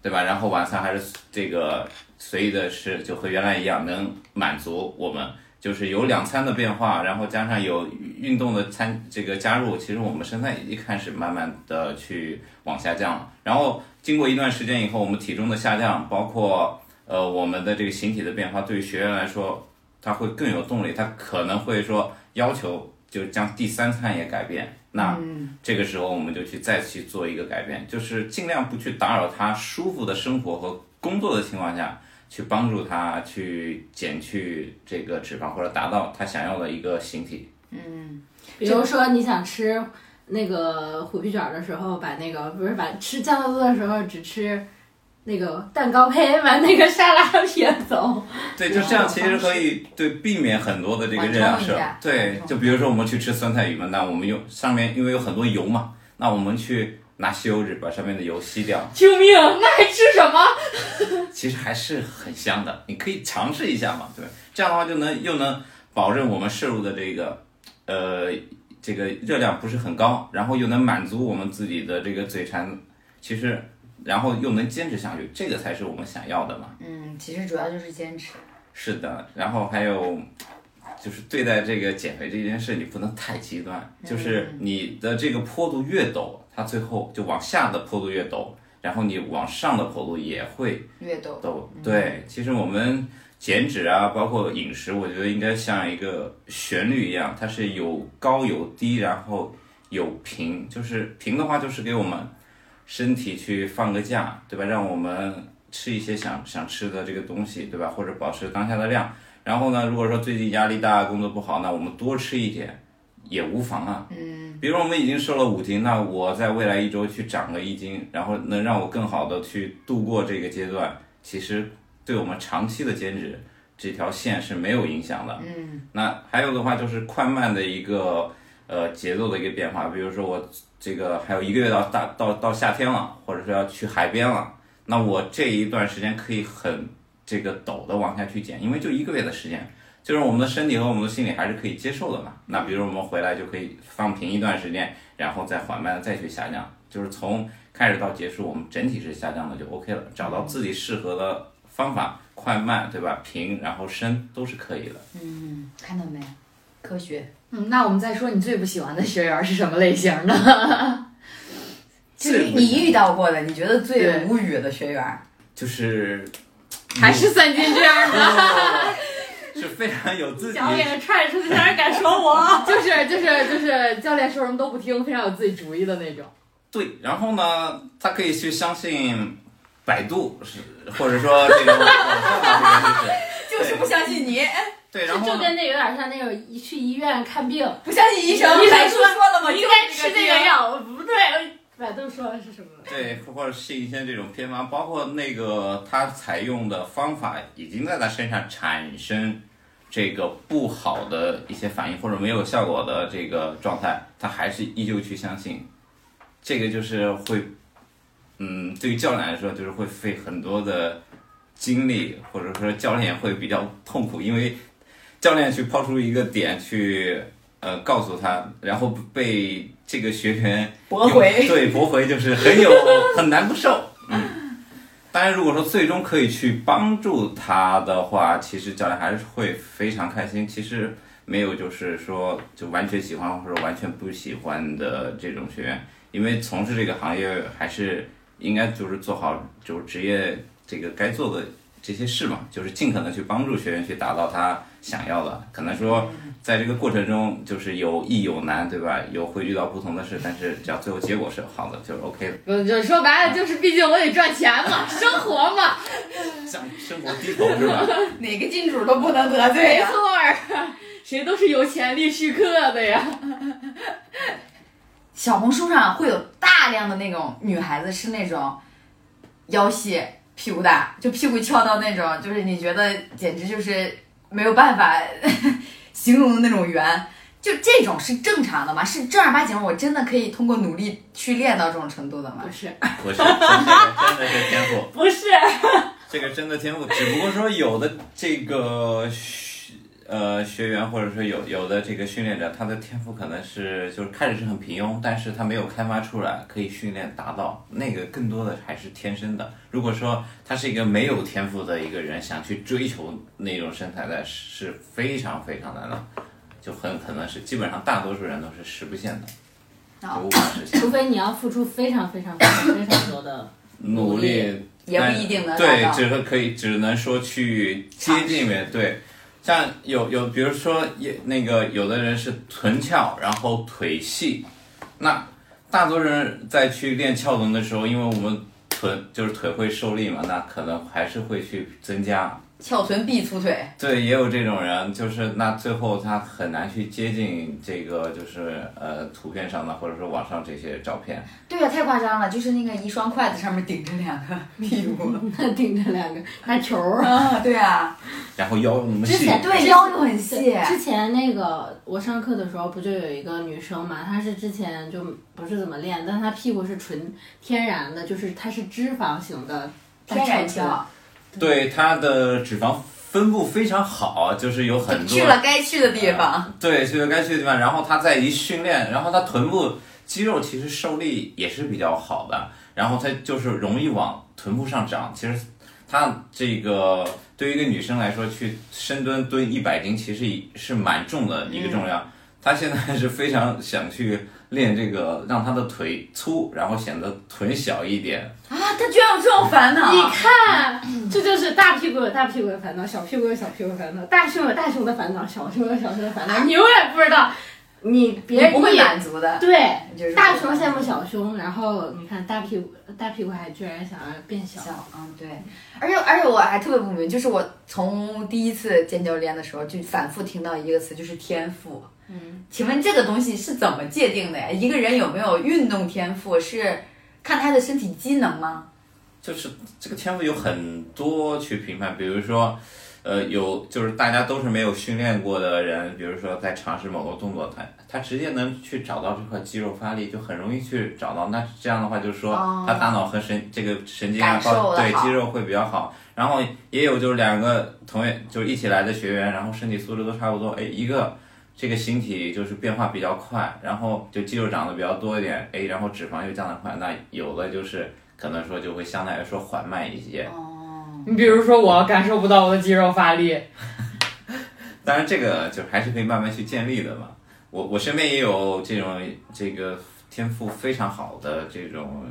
S6: 对吧？然后晚餐还是这个随意的吃，就和原来一样，能满足我们。就是有两餐的变化，然后加上有运动的参这个加入，其实我们身材已经开始慢慢的去往下降了。然后经过一段时间以后，我们体重的下降，包括呃我们的这个形体的变化，对于学员来说，他会更有动力，他可能会说要求就将第三餐也改变。那这个时候我们就去再去做一个改变，就是尽量不去打扰他舒服的生活和工作的情况下，去帮助他去减去这个脂肪，或者达到他想要的一个形体。
S5: 比如说你想吃那个虎皮卷儿的时候，把那个不是把吃酱豆腐的时候只吃那个蛋糕胚，把那个沙拉撇 走。
S6: 对，就这样其实可以对避免很多的这个热量
S2: 缓冲
S6: 摄
S2: 一下。
S6: 对，就比如说我们去吃酸菜鱼嘛，那我们用上面因为有很多油嘛，那我们去拿吸油纸把上面的油吸掉，
S4: 救命！那还吃什么？
S6: 其实还是很香的，你可以尝试一下嘛，对，这样的话就能又能保证我们摄入的这个，呃，这个热量不是很高，然后又能满足我们自己的这个嘴馋，其实然后又能坚持下去，这个才是我们想要的嘛。
S2: 嗯，其实主要就是坚持。
S6: 是的，然后还有就是对待这个减肥这件事，你不能太极端，就是你的这个坡度越陡，它最后就往下的坡度越陡，然后你往上的坡度也会。
S2: 略懂，
S6: 都对，其实我们减脂啊，包括饮食，我觉得应该像一个旋律一样，它是有高有低，然后有平，就是平的话就是给我们身体去放个假，对吧？让我们吃一些想想吃的这个东西，对吧？或者保持当下的量。然后呢，如果说最近压力大，工作不好，那我们多吃一点也无妨啊。嗯，比如我们已经瘦了五斤，那我在未来一周去长个一斤，然后能让我更好的去度过这个阶段。其实对我们长期的减脂这条线是没有影响的。嗯，那还有的话就是快慢的一个呃节奏的一个变化，比如说我这个还有一个月到大到到夏天了，或者说要去海边了，那我这一段时间可以很这个陡的往下去减，因为就一个月的时间。就是我们的身体和我们的心理还是可以接受的嘛。那比如我们回来就可以放平一段时间，然后再缓慢的再去下降，就是从开始到结束，我们整体是下降的就 OK 了。找到自己适合的方法，快慢对吧？平然后深都是可以的。
S2: 嗯，看到没？科学，
S4: 嗯，那我们再说你最不喜欢的学员是什么类型 的？
S2: 就是
S6: 最不喜
S2: 你遇到过的，你觉得最
S4: 对
S2: 无语的学员，
S6: 就是
S4: 还 是三金这样的？
S6: 是非常有自己
S1: 小脸踹出去，竟然敢说我，
S4: 就是就是就是教练说什么都不听，非常有自己主意的那种。
S6: 对，然后呢，他可以去相信百度是，或者说这个网上的这个知识。
S2: 就是不相信你，
S6: 对，然
S5: 就
S6: 后
S5: 就
S6: 呢？
S5: 跟那有点像那种一去医院看病，
S2: 不相信医生，
S1: 医生
S2: 白说说了吗？
S1: 哦应该吃这个
S2: 药。
S1: 药，不对， 百度说的是什么？
S6: 对，或者是一些这种偏方，包括那个他采用的方法，已经在他身上产生这个不好的一些反应，或者没有效果的这个状态，他还是依旧去相信，这个就是会，嗯，对于教练来说，就是会费很多的精力，或者说教练会比较痛苦，因为教练去抛出一个点去。呃，告诉他，然后被这个学员
S2: 驳回
S6: 有 对，驳回就是很有很难不受。嗯，当然，如果说最终可以去帮助他的话，其实教练还是会非常开心。其实没有就是说就完全喜欢或者完全不喜欢的这种学员，因为从事这个行业还是应该就是做好就是职业这个该做的这些事嘛，就是尽可能去帮助学员去达到他想要的。可能说在这个过程中就是有易有难，对吧？有会遇到不同的事，但是只要最后结果是好的，就是 OK 的。
S4: 嗯，就是说白了，就是毕竟我得赚钱 嘛，生活嘛，
S6: 向生活低头是 吧？
S2: 哪个金主都不能得罪
S4: 没
S2: 呀、
S4: 错儿，谁都是有潜力续课的呀。
S2: 小红书上会有大量的那种女孩子是那种腰细屁股大，就屁股翘到那种，就是你觉得简直就是没有办法 形容的那种圆。就这种是正常的吗？是正儿八经，我真的可以通过努力去练到这种程度的吗？
S4: 是，
S6: 不是，真的真的是天赋。
S1: 不是，
S6: 这个真的天赋，只不过说有的这个学呃学员或者说有有的这个训练者，他的天赋可能是就是开始是很平庸，但是他没有开发出来，可以训练达到那个更多的还是天生的。如果说他是一个没有天赋的一个人，想去追求那种身材的，是非常非常难的，就很可能是基本上大多数人都是实不现的，就无法 实现。
S5: 除非你要付出非常非常非常非常多的。
S6: 努力
S2: 也不
S6: 但
S2: 一定能达
S6: 对，
S2: 到
S6: 只是可以，只能说去接近呗。对，像有有，比如说也那个有的人是臀翘，然后腿细，那大多数人在去练翘臀的时候，因为我们臀就是腿会受力嘛，那可能还是会去增加
S2: 翘臀必粗腿，
S6: 对，也有这种人，就是那最后他很难去接近这个，就是呃图片上的或者说网上这些照片。
S2: 对呀、太夸张了，就是那个一双筷子上面顶着两个屁股
S5: 顶着两个拿球儿。
S2: 啊，对啊，
S6: 然后腰那么
S5: 之
S6: 细，
S5: 前
S2: 对腰又很细，
S5: 之前那个我上课的时候不就有一个女生嘛，她是之前就不是怎么练，但她屁股是纯天然的，就是她是脂肪型的大
S2: 天然啊
S5: 翘臀
S2: 翘，
S6: 对它的脂肪分布非常好，就是有很多
S2: 去了该去的地方。
S6: 对去了该去的地方，然后它再一训练，然后它臀部肌肉其实受力也是比较好的，然后它就是容易往臀部上涨。其实它这个对于一个女生来说，去深蹲蹲一百斤其实也是蛮重的一个重量。她现在是非常想去练这个，让她的腿粗，然后显得臀小一点。
S2: 啊，他居然有这种烦恼！
S7: 你看，这就是大屁股有大屁股的烦恼，小屁股有小屁股的烦恼，大胸有大胸的烦恼，小胸有小胸的烦恼。你永远不知道，你别
S2: 啊你不会
S7: 你
S2: 满足的，
S7: 对
S2: 就是
S5: 大胸羡慕小胸，然后你看大屁股，大屁股还居然想要变小。
S2: 小，嗯，对。而且而且我还特别不明白，就是我从第一次见教练的时候，就反复听到一个词，就是天赋。嗯，请问这个东西是怎么界定的呀？一个人有没有运动天赋是看他的身体机能吗？
S6: 就是这个天赋有很多去评判，比如说，呃，有就是大家都是没有训练过的人，比如说在尝试某个动作，他他直接能去找到这块肌肉发力，就很容易去找到。那这样的话，就是说
S2: 哦
S6: 他大脑和神这个神经啊
S2: 感，受
S6: 包
S2: 得
S6: 对
S2: 好
S6: 肌肉会比较好。然后也有就是两个同学就是一起来的学员，然后身体素质都差不多，哎，一个。这个形体就是变化比较快，然后就肌肉长得比较多一点，哎，然后脂肪又降得快，那有的就是可能说就会相对来说缓慢一些。
S2: 哦，
S4: 你比如说，我感受不到我的肌肉发力，
S6: 当然，这个就还是可以慢慢去建立的嘛。我我身边也有这种这个天赋非常好的这种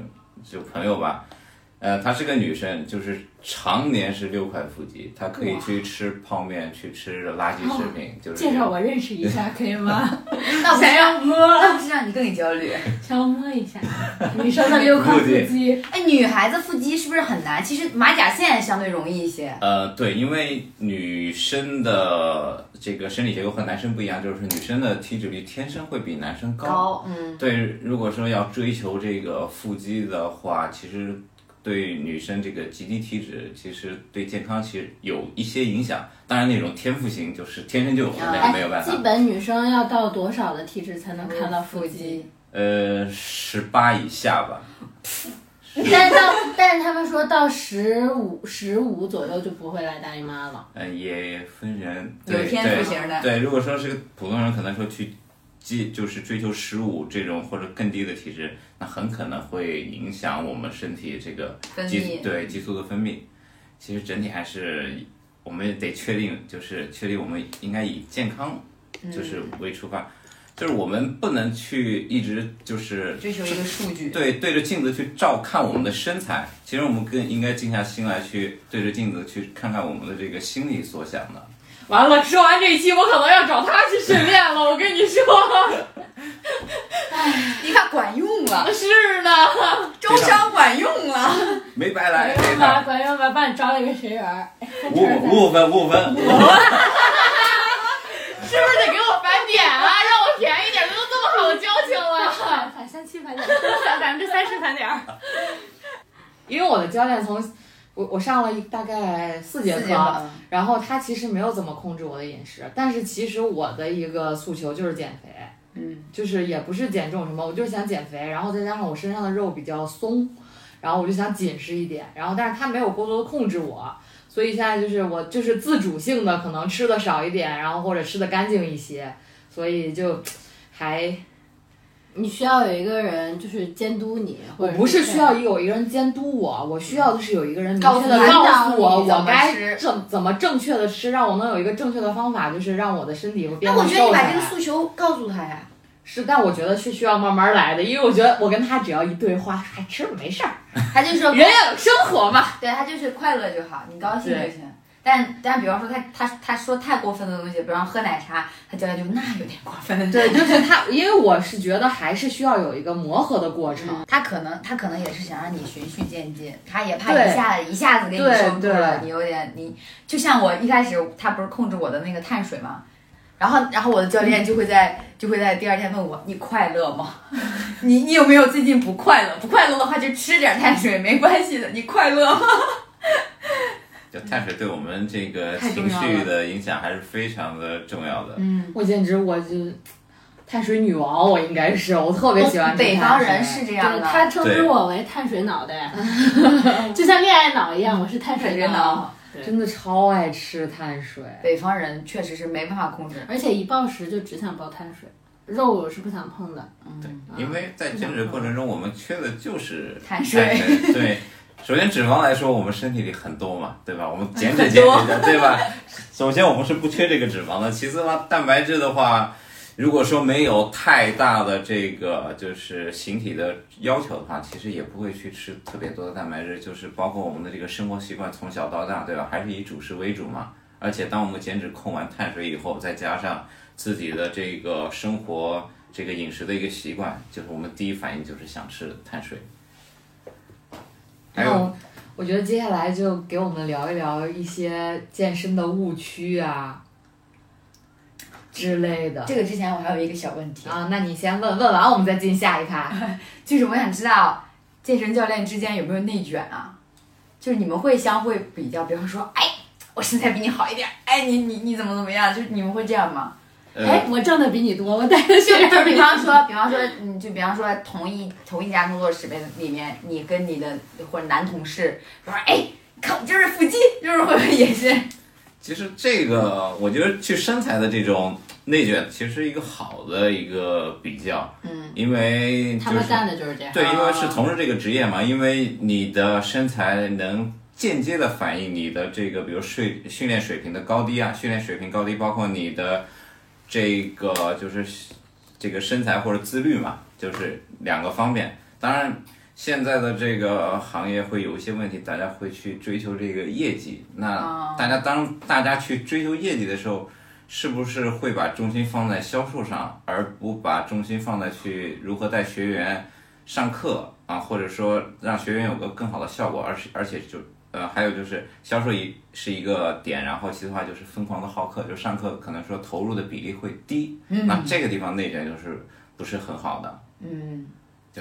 S6: 就朋友吧，呃，她是个女生，就是常年是六块腹肌，她可以去吃泡面，去吃垃圾食品，就
S5: 哦
S6: 是
S5: 介绍我认识一 下可以吗？
S2: 那 不是让摸，那不是让你更焦虑？
S5: 想摸一下女生的六块腹肌，
S2: 哎，女孩子腹肌是不是很难？其实马甲线相对容易一些。
S6: 呃，对，因为女生的这个生理结构和男生不一样，就是女生的体脂率天生会比男生
S2: 高，嗯，
S6: 对，如果说要追求这个腹肌的话，其实对女生这个极低体脂，其实对健康其实有一些影响。当然，那种天赋型就是天生就有，那
S2: 啊
S6: 个没有办
S5: 哎基
S6: 法。
S5: 本女生要到多少的体脂才能看到腹肌？
S6: 呃，十八以下吧。
S5: 但到但是他们说到十五十五左右就不会来大姨妈了。
S6: 嗯，也分人，
S2: 有
S6: 对
S2: 天赋型的
S6: 对。对，如果说是个普通人，可能说去即就是追求十五这种或者更低的体质，那很可能会影响我们身体这个
S2: 分
S6: 激
S2: 泌
S6: 对激素的分泌。其实整体还是我们得确定，就是确定我们应该以健康
S2: 嗯
S6: 就是为出发，就是我们不能去一直就是
S2: 追求一个数据。
S6: 对，对着镜子去照看我们的身材，其实我们更应该静下心来去对着镜子去看看我们的这个心里所想的。
S4: 完了，说完这一期，我可能要找他去训练了。我跟你说，
S2: 你看管用了，
S4: 是呢，
S2: 招商管用 了。
S6: 没白来，这
S5: 妈，
S6: 趟
S5: 管用吧，帮你招了一个学员儿。
S6: 五五五分五分，
S4: 是不是得给我返点啊？让我便宜点，都这么好的交情了。
S7: 反三七盘点，百分之三十盘点儿。
S4: 因为我的教练从我我上了一大概四节
S2: 四节
S4: 课，
S2: 课
S4: 然后他其实没有怎么控制我的饮食，但是其实我的一个诉求就是减肥，
S2: 嗯，
S4: 就是也不是减重什么，我就是想减肥，然后再加上我身上的肉比较松，然后我就想紧实一点，然后但是他没有过多的控制我。所以现在就是我就是自主性的，可能吃的少一点，然后或者吃的干净一些，所以就还
S5: 你需要有一个人就是监督你，或
S4: 我
S5: 者
S4: 不是需要
S5: 对
S4: 有一个人监督我，我需要的是有一个人明
S2: 告诉
S4: 确的
S2: 你
S4: 告诉我
S2: 引导你
S4: 我该
S2: 怎么吃
S4: 正怎么正确的吃，让我能有一个正确的方法，就是让我的身体会变
S2: 那
S4: 得
S2: 我觉得
S4: 瘦
S2: 你
S4: 下
S2: 把这个
S4: 来。
S2: 诉求告诉他呀。
S4: 是，但我觉得是需要慢慢来的，因为我觉得我跟他只要一对话，还吃吧没事儿，
S2: 他就说，
S4: 人要有生活嘛。
S2: 对他就是快乐就好，你高兴就行。但但比方说他他他说太过分的东西，比方喝奶茶，他教练就那有点过分。
S4: 对，就是他，因为我是觉得还是需要有一个磨合的过程。
S2: 他可能他可能也是想让你循序渐进，他也怕
S4: 对
S2: 一下子一下子给你
S4: 对
S2: 收住了，
S4: 对
S2: 你有点你就像我一开始他不是控制我的那个碳水嘛，然后然后我的教练就会在就会在第二天问我你快乐吗？ 你你有没有最近不快乐？不快乐的话就吃点碳水没关系的，你快乐吗？
S6: 就碳水对我们这个
S4: 太重
S6: 情
S4: 要
S6: 绪
S4: 了
S6: 的影响还是非常的重要的。
S2: 嗯
S4: 我简直我就碳水女王，我应该是，我特别喜欢吃
S2: 北方
S4: 碳水
S2: 人是这样
S7: 对
S2: 的，
S7: 他称之
S6: 对
S7: 我为碳水脑袋， 就像恋爱脑一样，我是碳
S2: 水
S7: 水
S2: 人
S7: 脑。
S2: 脑，
S4: 真的超爱吃碳水。
S2: 北方人确实是没办法控制。
S7: 而且一暴食就只想暴碳水，肉我是不想碰的。
S6: 对，因为在减脂过程中，我们缺的就是
S2: 碳水
S6: 对，首先脂肪来说，我们身体里很多嘛，对吧？我们减脂
S2: 很
S6: 减
S2: 多
S6: 脂的，对吧？首先我们是不缺这个脂肪的，其次的话，蛋白质的话，如果说没有太大的这个就是形体的要求的话，其实也不会去吃特别多的蛋白质，就是包括我们的这个生活习惯，从小到大，对吧？还是以主食为主嘛。而且当我们减脂控完碳水以后，再加上自己的这个生活这个饮食的一个习惯，就是我们第一反应就是想吃碳水。还
S4: 然
S6: 有
S5: 哦
S4: 后我觉得接下来就给我们聊一聊一些健身的误区啊之类的。
S2: 这个之前我还有一个小问题，
S4: 啊，那你先问问完，我们再进下一趴。
S2: 就是我想知道健身教练之间有没有内卷啊？就是你们会相互比较，比方说，哎，我身材比你好一点，哎，你你你怎么怎么样？就是你们会这样吗？
S6: 呃，
S7: 哎我挣的比你多，我带的
S2: 就
S7: 血
S2: 就
S7: 量
S2: 比
S7: 比
S2: 方说，比方说，嗯，就比方说同一同一家工作室里面，里面你跟你的或者男同事说，哎，看我今儿腹肌，就是会不会也是？
S6: 其实这个我觉得去身材的这种内卷，其实是一个好的一个比较，
S2: 嗯，
S6: 因为
S5: 他
S6: 就
S5: 们
S6: 是
S5: 干的就是这样。
S6: 对，因为是从事这个职业嘛，因为你的身材能间接的反映你的这个，比如睡训练水平的高低啊，训练水平高低，包括你的这个就是这个身材或者自律嘛，就是两个方面。当然，现在的这个行业会有一些问题，大家会去追求这个业绩。那大家当大家去追求业绩的时候，是不是会把重心放在销售上，而不把重心放在去如何带学员上课啊，或者说让学员有个更好的效果，而是而且就呃还有就是销售一是一个点，然后其次的话就是疯狂的好客，就上课可能说投入的比例会低，
S5: 嗯
S6: 那这个地方内卷就是不是很好的，嗯，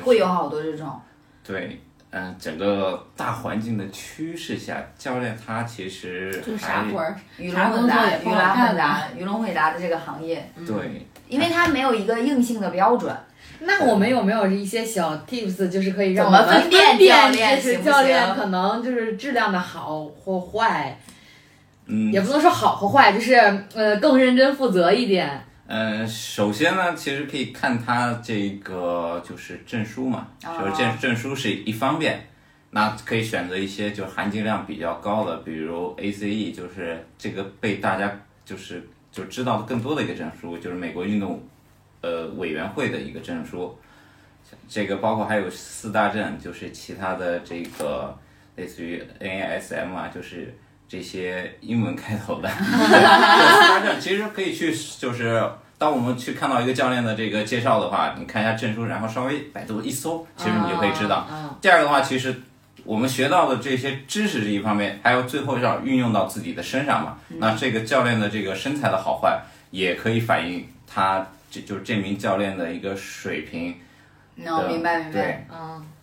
S2: 会有好多这种。
S6: 对。嗯，整个大环境的趋势下，教练他其实
S5: 就是
S6: 还
S5: 啥活儿，
S2: 鱼龙
S5: 啥
S2: 混
S5: 工作
S2: 杂，
S5: 也
S2: 鱼
S5: 不好
S2: 龙混
S5: 干
S2: 杂
S5: 的。，
S2: 鱼龙混杂的嗯这个行业，
S6: 对，
S2: 因为它没有一个硬性的标准，
S4: 那我们有没有一些小 tips，就是可以让
S2: 怎
S4: 我
S2: 么
S4: 们
S2: 分辨教练
S4: 就是
S2: 行不
S4: 教练
S2: 行
S4: 可能就是质量的好或坏，
S6: 嗯，
S4: 也不能说好或坏，就是呃更认真负责一点。
S6: 呃，首先呢，其实可以看他这个就是证书嘛，就是证证书是一方面，那可以选择一些就含金量比较高的，比如 ACE，就是这个被大家就是就知道的更多的一个证书，就是美国运动呃委员会的一个证书，这个包括还有四大证，就是其他的这个类似于 NASM 啊，就是这些英文开头的。大证其实可以去，就是当我们去看到一个教练的这个介绍的话，你看一下证书，然后稍微百度一搜，其实你就可以知道。第二个的话，其实我们学到的这些知识是一方面，还有最后要运用到自己的身上嘛。那这个教练的这个身材的好坏，也可以反映他这就是这名教练的一个水平。
S2: 能哦明白嗯明白。
S6: 对，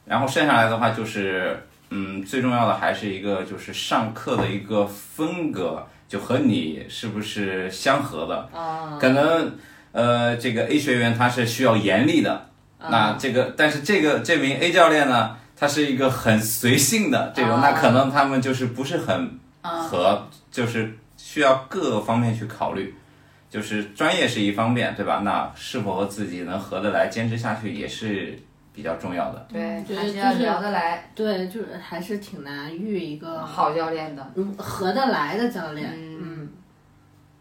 S6: 然后剩下来的话就是，嗯，最重要的还是一个就是上课的一个风格，就和你是不是相合的。
S2: 哦
S6: 啊。可能呃，这个 A 学员他是需要严厉的，
S2: 哦
S6: 那这个但是这个这名 A 教练呢，他是一个很随性的这
S2: 哦
S6: 种，那可能他们就是不是很
S5: 嗯
S2: 嗯
S6: 合，就是需要各个方面去考虑。就是专业是一方面，对吧？那是否和自己能合得来、坚持下去也是比较重要的。
S2: 对，
S5: 觉得
S2: 嗯还是
S5: 就
S2: 要
S5: 是
S2: 聊得来，
S7: 对，就是还是挺难遇一个
S2: 好教练的。
S7: 嗯合得来的教练。嗯，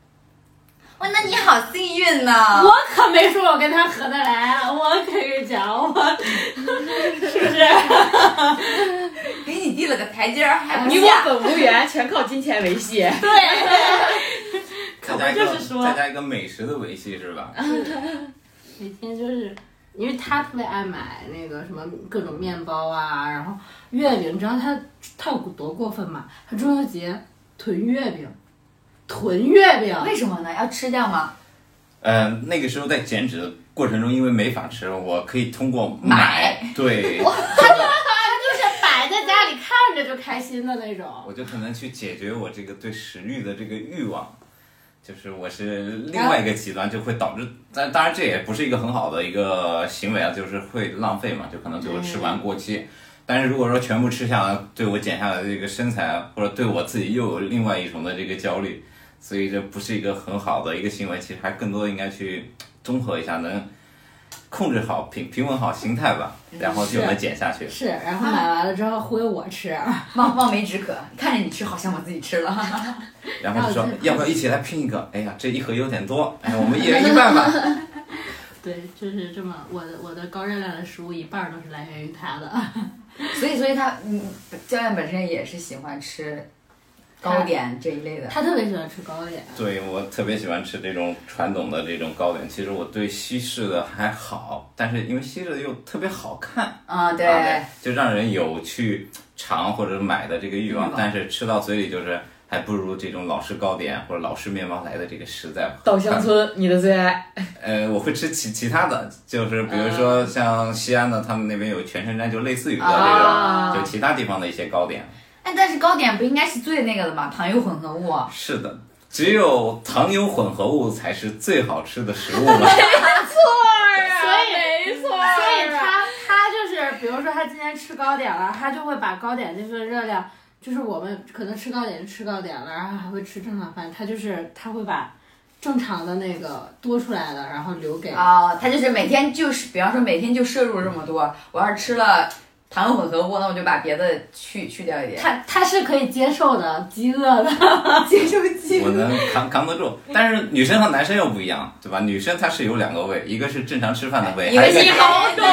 S2: 哇，那你好幸运呢！
S7: 我可没说我跟他合得来，我可是讲我是不是？
S2: 给你第递了个台阶儿，还不
S4: 你我
S2: 下。
S4: 本无缘，全靠金钱维 系。
S6: 再加一
S5: 我
S6: 个
S5: 就是说
S6: 再加一个美食的维系是吧？
S5: 每天就是因为他特别爱买那个什么各种面包啊，然后月饼，你知道他他有多过分吗？他中秋节囤月饼，囤月饼，
S2: 为什么呢？要吃掉吗？
S6: 呃，那个时候在减脂的过程中，因为没法吃，我可以通过
S2: 买
S6: 对，
S5: 就是摆在家里看着就开心的那种。
S6: 我就可能去解决我这个对食欲的这个欲望，就是我是另
S2: 然后
S6: 外一个极端，就会导致，但当然这也不是一个很好的一个行为啊，就是会浪费嘛，就可能最后吃完过期。但是如果说全部吃下来，对我减下来的这个身材啊，或者对我自己又有另外一重的这个焦虑，所以这不是一个很好的一个行为，其实还更多应该去综合一下，能控制好平平稳好心态吧，然后就能减下去。
S5: 是，然后买完了之后挥我吃，啊
S2: 望望梅止渴，看着你吃，好像我自己吃了。
S6: 然后就说要不要一起来拼一个？哎呀，这一盒有点多，哎，我们一人一半吧。
S5: 对，就是这么，我的我的高热量的食物一半儿都是来源于他的。
S2: 所以，所以他嗯，教练本身也是喜欢吃糕点这一类的。
S5: 他特别喜欢吃糕点，
S6: 对我特别喜欢吃这种传统的这种糕点，其实我对西式的还好，但是因为西式的又特别好看，
S2: 啊，对，
S6: 啊对，就让人有去尝或者买的这个欲望，但是吃到嘴里就是还不如这种老式糕点或者老式面包来的这个实在。
S4: 稻香村，你的最爱。
S6: 呃，我会吃其其他的，就是比如说像西安的，他们那边有全城斋，就类似于的这种，
S4: 啊
S6: 就其他地方的一些糕点。
S2: 哎，但是糕点不应该是最那个的吗？糖油混合物。啊
S6: 是的，只有糖油混合物才是最好吃的食 物嘛。
S7: 所以没错，
S1: 啊
S5: 所以他他就是，比如说他今天吃糕点了，他就会把糕点这份热量，就是我们可能吃糕点就吃糕点了，然后还会吃正常饭，他就是他会把正常的那个多出来的，然后留给。
S2: 啊，他就是每天就是，比方说每天就摄入这么多，我要是吃了糖油混合物，那我就把别的去去掉一点。
S5: 他他是可以接受的，饥饿的，
S2: 接受饥
S6: 我能扛扛得住，但是女生和男生又不一样，对吧？女生她是有两个胃，一个是正常吃饭的胃，
S2: 一
S6: 还
S2: 个
S6: 有一
S2: 是
S6: 个。
S2: 好 懂。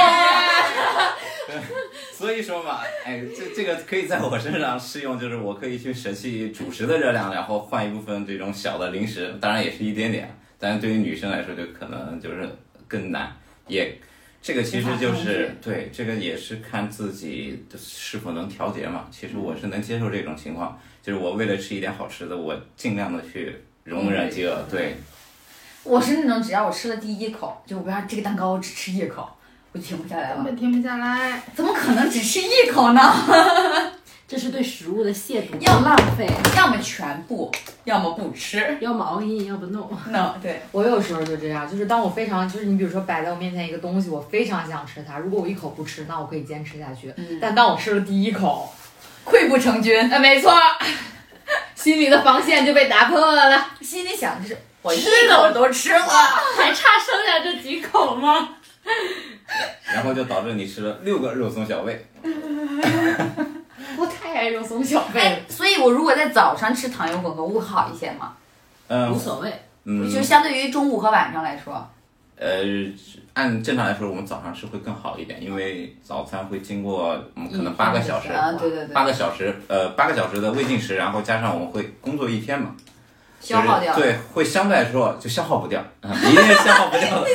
S6: 所以说嘛，哎，这这个可以在我身上适用，就是我可以去舍弃主食的热量，然后换一部分这种小的零食，当然也是一点点，但是对于女生来说就可能就是更难，也这个其实就
S2: 没法
S6: 是对这个也是看自己是否能调节嘛。其实我是能接受这种情况，就是我为了吃一点好吃的，我尽量的去容忍饥饿，对，
S2: 嗯我是那种只要我吃了第一口，就我不要这个蛋糕我只吃一口，我就停不下来了。
S7: 停不下来。
S2: 怎么可能只吃一口呢？
S5: 这是对食物的亵渎，
S2: 要
S5: 浪费，
S2: 要么全部，要么不吃。
S5: 要么熬夜，要不弄。
S2: no，对，
S4: 我有时候就这样，就是当我非常就是你比如说摆在我面前一个东西，我非常想吃它，如果我一口不吃，那我可以坚持下去。
S2: 嗯
S4: 但当我吃了第一口，
S2: 溃不成军。
S4: 哎，没错， 心里的防线就被打破了。
S2: 心里想的是，我啊一口都吃了，
S1: 还差剩下这几口吗？
S6: 然后就导致你吃了六个肉松小胃，
S4: 我太爱肉松小贝了。
S2: 哎，所以我如果在早上吃糖油混合物会好一些嘛，
S6: 嗯
S5: 无所谓，
S6: 嗯，
S2: 就相对于中午和晚上来说，
S6: 呃，按正常来说，我们早上吃会更好一点，因为早餐会经过嗯可能八个小时，
S2: 啊，对对对，
S6: 八个小时，呃，八个小时的未进食，然后加上我们会工作一天嘛，
S2: 消耗掉。
S6: 就是对，会相对来说就消耗不掉，嗯一定是 消耗不掉的，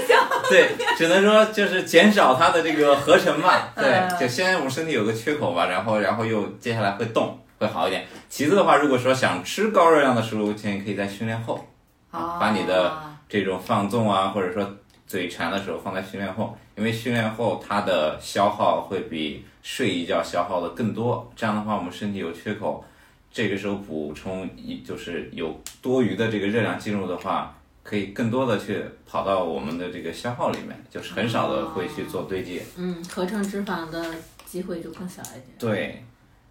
S6: 对，只能说就是减少它的这个合成嘛，对，就先我们身体有个缺口吧，然后然后又接下来会动会好一点。其次的话，如果说想吃高热量的食物，建议可以在训练后。
S2: 啊，
S6: 把你的这种放纵啊，或者说嘴馋的时候放在训练后，因为训练后它的消耗会比睡一觉消耗的更多。这样的话，我们身体有缺口，这个时候补充一就是有多余的这个热量进入的话，可以更多的去跑到我们的这个消耗里面，就是很少的会去做堆积。
S5: 嗯，合成脂肪的机会就更小一点。
S6: 对，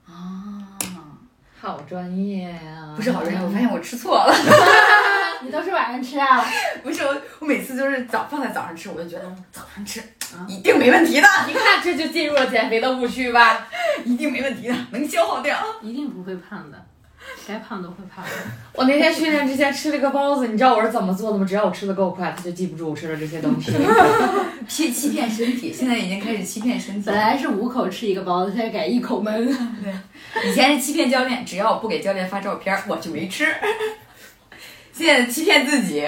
S2: 啊，
S4: 好专业啊！
S2: 不是好人，我发现我吃错了。
S5: 你都是晚上吃啊？
S2: 不是我，我每次就是早放在早上吃，我就觉得早上吃一定没问题的，
S4: 一看这就进入了减肥的误区吧？
S2: 一定没问题的，能消耗掉。
S5: 一定不会胖的。
S7: 该胖都会胖。
S4: 我那天训练之前吃了个包子，你知道我是怎么做的吗？只要我吃的够快，他就记不住我吃了这些东西。
S2: 骗欺骗身体，现在已经开始欺骗身体
S7: 本
S2: 了。
S7: 来是五口吃一个包子，现在改一口闷。
S2: 以前是欺骗教练，只要我不给教练发照片儿，我就没吃。现在欺骗自己，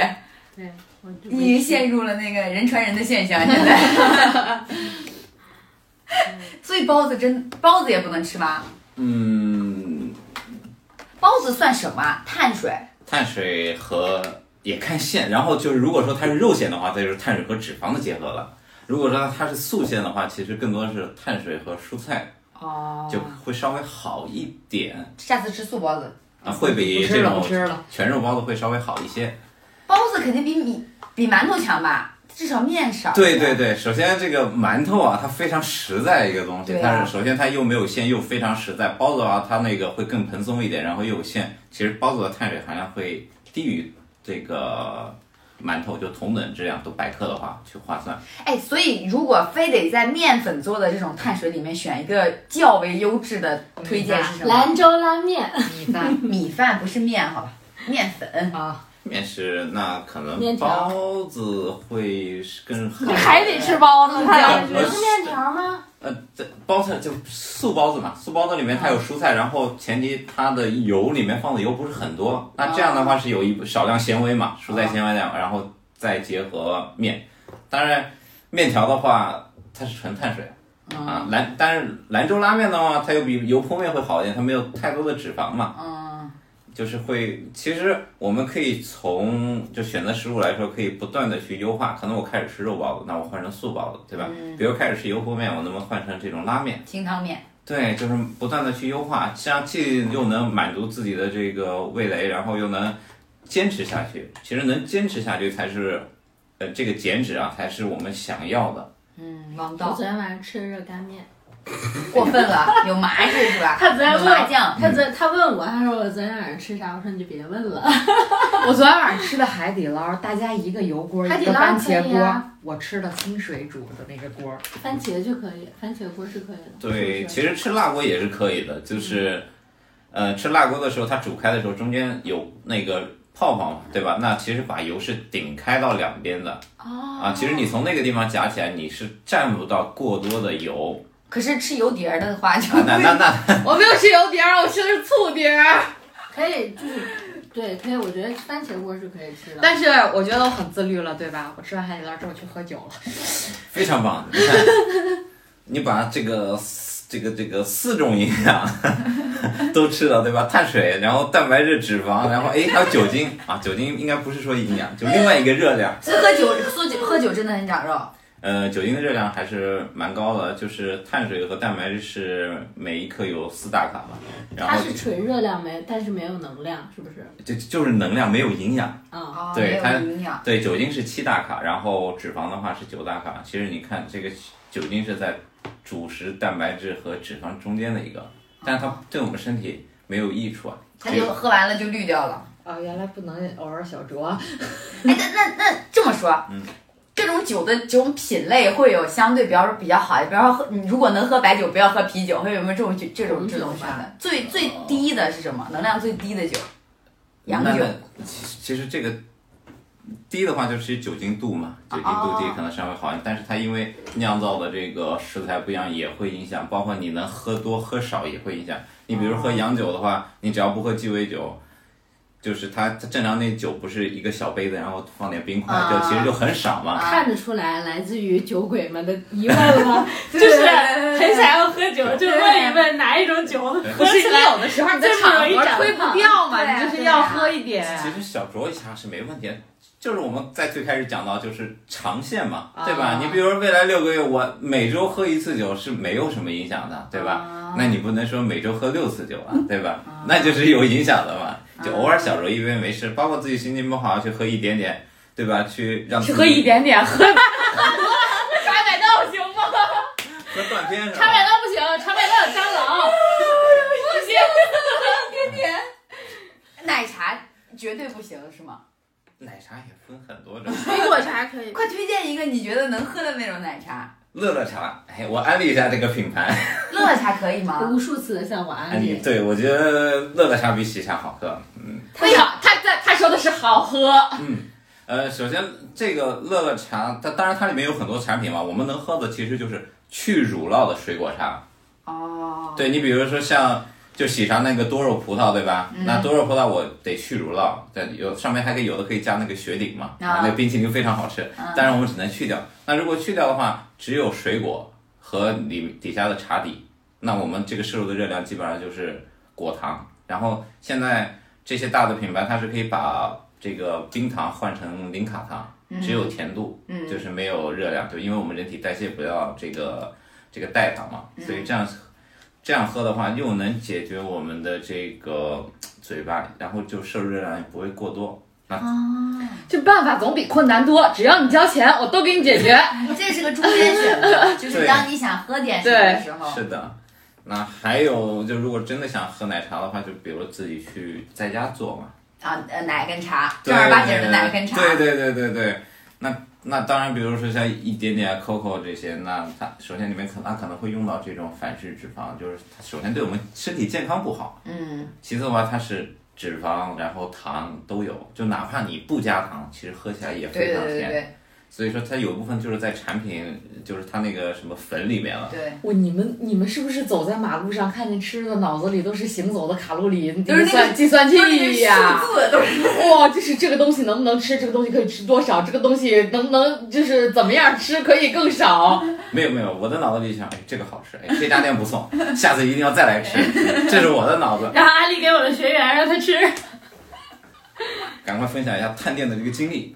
S7: 对，我就
S2: 你陷入了那个人传人的现象。现 在，所以包子真包子也不能吃吗？
S6: 嗯，
S2: 包子算什么啊？碳水。
S6: 碳水和也看馅，然后就是如果说它是肉馅的话，它就是碳水和脂肪的结合了。如果说它是素馅的话，其实更多是碳水和蔬菜，
S2: 哦
S6: 就会稍微好一点，
S2: 下次吃素包子，
S6: 啊，会比
S4: 哦不吃
S6: 这
S4: 了
S6: 种
S4: 不吃了
S6: 全肉包子会稍微好一些。
S2: 包子肯定比米比馒头强吧？至少面少。
S6: 对对。对，首先这个馒头啊，它非常实在一个东西，
S2: 对啊
S6: 但是首先它又没有馅，又非常实在。包子的话，它那个会更蓬松一点，然后又有馅。其实包子的碳水含量会低于这个馒头，就同等质量都百克的话去换算。
S2: 哎，所以如果非得在面粉做的这种碳水里面选一个较为优质的推荐是什么？
S7: 兰州拉面，
S4: 米饭
S2: 米饭不是面好吧？面粉。
S4: 啊，
S6: 面食那可
S7: 面
S6: 能
S7: 条
S6: 包子会是更好。
S7: 还得吃包
S2: 嗯
S7: 子，看来
S6: 不
S7: 是
S6: 是
S7: 面条吗？
S6: 呃，这包菜就素包子嘛，素包子里面它有蔬菜，然后前提它的油里面放的油不是很多，那这样的话是有一部少量纤维嘛，蔬菜纤维量，然后再结合面。当然，面条的话它是纯碳水啊，兰但是兰州拉面的话，它又比油泼面会好一点，它没有太多的脂肪嘛，
S2: 嗯，
S6: 就是会，其实我们可以从就选择食物来说，可以不断的去优化。可能我开始吃肉包子，那我换成素包子，对吧？比如开始吃油泼面，我能不能换成这种拉面？
S2: 清汤面。
S6: 对，就是不断的去优化，这样既又能满足自己的这个味蕾，然后又能坚持下去。其实能坚持下去才是，呃，这个减脂啊，才是我们想要的。
S2: 嗯，王
S5: 我
S2: 道
S5: 昨天晚上吃热干面，
S2: 过分了，有麻是 是吧？
S7: 他昨天
S2: 有
S7: 问
S2: 麻酱，
S7: 他昨他问我，他说我昨天晚上吃啥，我说你就别问了。
S4: 我昨天晚上吃的海底捞，大家一个油锅，
S7: 海
S4: 一
S7: 底
S4: 个
S7: 捞
S4: 番茄
S7: 可以
S4: 锅，
S7: 啊
S4: 我吃的清水煮的那个锅。
S7: 番茄就可以，番茄锅是可以的。
S6: 对，
S7: 是
S6: 其实吃辣锅也是可以的，就是，
S7: 嗯
S6: 呃，吃辣锅的时候，它煮开的时候中间有那个泡泡嘛，对吧？那其实把油是顶开到两边的。
S3: 哦
S6: 啊，其实你从那个地方夹起来，你是蘸不到过多的油。
S2: 可是吃油碟儿的话 就
S6: 啊，那那那
S4: 我没有吃油碟儿，我吃的是醋碟儿。
S7: 可以，就是对，可以，我觉得番茄锅是可以吃的。
S4: 但是我觉得我很自律了，对吧？我吃完海底捞之后去喝酒了。
S6: 非常棒！你看，你把这个这个这个四种营养都吃了，对吧？碳水，然后蛋白质、脂肪，然后哎还有酒精啊，酒精应该不是说营养，就另外一个热量。
S2: 所以喝酒喝酒喝酒真的很长肉。
S6: 呃，酒精的热量还是蛮高的，就是碳水和蛋白质是每一克有四大卡嘛，然
S7: 它
S6: 后
S7: 是纯热量没，但是没有能量，是不是？
S6: 就就是能量没有营养。
S7: 啊、
S2: 哦，
S6: 对
S2: 没有
S6: 它
S2: 营养。
S6: 对，酒精是七大卡，然后脂肪的话是九大卡。其实你看，这个酒精是在主食、蛋白质和脂肪中间的一个，但是它对我们身体没有益处啊。
S2: 它就喝完了就绿掉了。
S4: 啊，原来不能偶尔小酌。
S2: 哎，那那那这么说，
S6: 嗯
S2: 这种酒的这种品类会有相对比较比较好，比方说喝，你如果能喝白酒，不要喝啤酒，会有没有这种酒这种这种选择？最
S6: 哦
S2: 最低的是什么？能量最低的酒，洋
S6: 那
S2: 酒。
S6: 那其其实这个低的话就是酒精度嘛，酒精度低
S2: 哦
S6: 可能稍微好一点，但是它因为酿造的这个食材不一样，也会影响，包括你能喝多喝少也会影响。你比如喝洋酒的话，你只要不喝鸡尾酒。就是它，它正常那酒不是一个小杯子，然后放点冰块，就其实就很少嘛。
S5: 啊
S7: 看得出来来自于酒鬼们的疑问 了，
S2: 就
S1: 就是很想要喝酒，就问一问哪一种酒
S4: 不
S1: 喝
S4: 是
S1: 起
S4: 你
S1: 来。
S4: 有的时候你的场
S1: 这么容易
S4: 合
S1: 长
S4: 推不掉嘛，
S2: 对啊
S4: 你就是要喝一点。
S6: 其实小酌一下是没问题的，就是我们在最开始讲到就是长线嘛，对吧？
S4: 啊
S6: 你比如说未来六个月，我每周喝一次酒是没有什么影响的，对吧？
S4: 啊
S6: 那你不能说每周喝六次 酒啊，对吧？那就是有影响的嘛，
S4: 啊
S6: 就偶尔小酌一杯没事，包括自己心情不好去喝一点点，对吧？去让自己
S4: 喝一点点，喝
S1: 茶百道行吗？
S6: 喝断片是
S1: 茶百
S6: 吧？
S1: 道不行，茶百道有蟑螂。
S2: 奶茶绝对不行是吗？
S6: 奶茶也分很多种，
S3: 水果茶可以。
S2: 快推荐一个你觉得能喝的那种奶茶。
S6: 乐乐茶，哎，我安利一下这个品牌。
S2: 乐乐茶可以 吗？
S5: 无数次的向我安
S6: 安
S5: 利，
S6: 利，哎对我觉得乐乐茶比喜茶好喝。嗯
S2: 为啥？他在他说的是好喝，
S6: 呃，首先这个乐乐茶，它当然它里面有很多产品嘛，我们能喝的其实就是去乳酪的水果茶。
S2: 哦，
S6: 对你比如说像就喜茶那个多肉葡萄，对吧？
S2: 嗯
S6: 那多肉葡萄我得去乳酪，对，有上面还可以有的可以加那个雪顶嘛，
S2: 啊
S6: 那个冰淇淋非常好吃。
S2: 嗯
S6: 当然我们只能去掉。那如果去掉的话，只有水果和里底下的茶底，那我们这个摄入的热量基本上就是果糖。然后现在这些大的品牌，它是可以把这个冰糖换成零卡糖，只有甜度，
S2: 嗯
S6: 就是没有热量，对，因为我们人体代谢不掉这个这个代糖嘛，所以这样这样喝的话，又能解决我们的这个嘴巴，然后就摄入热量也不会过多。
S4: 这办法总比困难多，只要你交钱，我都给你解决。
S2: 哎这是个中间选 择，就是当你想喝点什么的时候，
S6: 是的，那还有就如果真的想喝奶茶的话，就比如自己去在家做嘛，
S2: 啊，呃，奶跟茶，
S6: 对
S2: 正儿八经的奶跟茶，
S6: 对对对对对，那那当然，比如说像一点点啊 COCO 这些，那它首先里面可它可能会用到这种反式脂肪，就是它首先对我们身体健康不好。
S2: 嗯，
S6: 其次的话，它是脂肪，然后糖都有，就哪怕你不加糖，其实喝起来也
S2: 对
S6: 非
S2: 对
S6: 常
S2: 对
S6: 甜。
S2: 对
S6: 所以说，它有部分就是在产品，就是它那个什么粉里面了。
S2: 对，
S4: 我你们你们是不是走在马路上看见吃的，脑子里都是行走的卡路里，
S2: 就是那个
S4: 计算计算器呀、
S2: 数字都是
S4: 哇，就是这个东西能不能吃，这个东西可以吃多少，这个东西能不能就是怎么样吃可以更少。
S6: 没有没有，我的脑子里想，哎，这个好吃，哎，这家店不错， 下次一定要再 来吃。这是我的脑子，
S1: 然后安利给我的学员让他吃。
S6: 赶快分享一下探店的这个经历。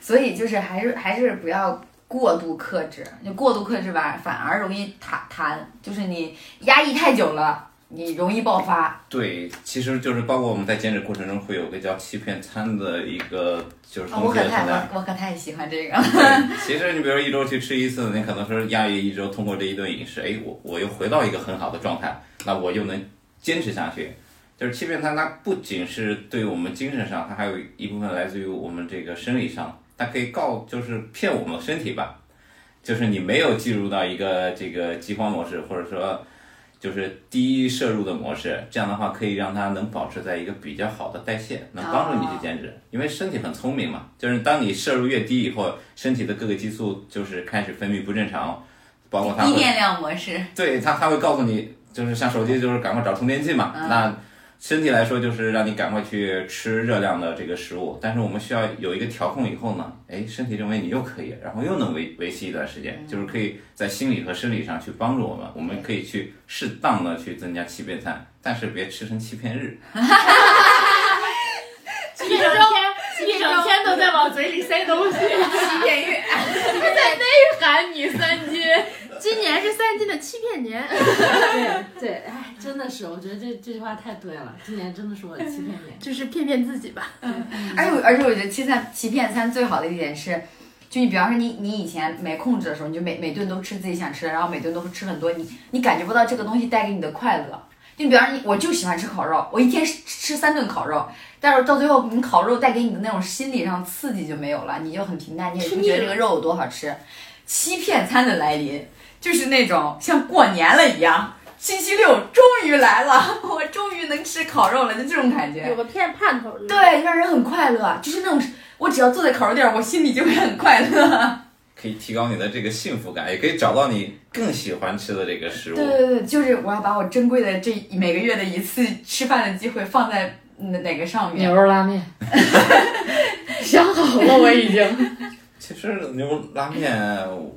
S2: 所以就是还是还是不要过度克制，就过度克制吧，反而容易弹弹，就是你压抑太久了，你容易爆发。
S6: 对，其实就是包括我们在兼职过程中会有个叫欺骗餐的一个就是
S2: 啊
S6: 东
S2: 我
S6: 西
S2: 可
S6: 的
S2: 太
S6: 存在。
S2: 我我可太喜欢这个，
S6: 对其实你比如说一周去吃一次，你可能说压抑一周，通过这一顿饮食，哎，我我又回到一个很好的状态，那我又能坚持下去。就是欺骗它，它不仅是对我们精神上，它还有一部分来自于我们这个生理上，它可以告就是骗我们身体吧，就是你没有进入到一个这个饥荒模式，或者说就是低摄入的模式，这样的话可以让它能保持在一个比较好的代谢，能帮助你去减脂，因为身体很聪明嘛，就是当你摄入越低以后，身体的各个激素就是开始分泌不正常，包括它
S2: 低
S6: 会
S2: 电量模式，
S6: 对它，它会告诉你，就是像手机就是赶快找充电器嘛。
S2: 嗯
S6: 那身体来说就是让你赶快去吃热量的这个食物，但是我们需要有一个调控以后呢，哎，身体认为你又可以，然后又能维维系一段时
S2: 嗯
S6: 间，就是可以在心理和生理上去帮助我们，我们可以去适当的去增加欺骗餐，但是别吃成欺骗日。
S1: 一整天一整天都在往嘴里塞东西。
S2: 欺骗欲。
S3: 喊你三斤，今年是三斤的欺骗年。
S5: 对对，哎，真的是，我觉得这这句话太对了，今年真的是我的欺骗 年。
S3: 就是骗骗自己吧。
S2: 而且我而且我觉得欺餐欺骗餐最好的一点是，就你比方说你你以前没控制的时候，你就每每顿都吃自己想吃的，然后每顿都吃很多，你你感觉不到这个东西带给你的快乐。就你比方说你我就喜欢吃烤肉，我一天吃吃三顿烤肉，但是到最后你烤肉带给你的那种心理上刺激就没有了，你就很平淡，你也不觉得这个肉有多好吃。欺骗餐的来临，就是那种像过年了一样。星期六终于来了， 我终于能吃烤肉了，就这种感觉。
S3: 有个骗盼头的。
S2: 对，让人很快乐，就是那种我只要坐在烤肉店儿，我心里就会很快乐。
S6: 可以提高你的这个幸福感，也可以找到你更喜欢吃的这个食物。
S2: 对对对，就是我要把我珍贵的这每个月的一次吃饭的机会放在哪哪个上面
S4: 牛。肉拉面， 想好了我已经。
S6: 其实牛肉拉面，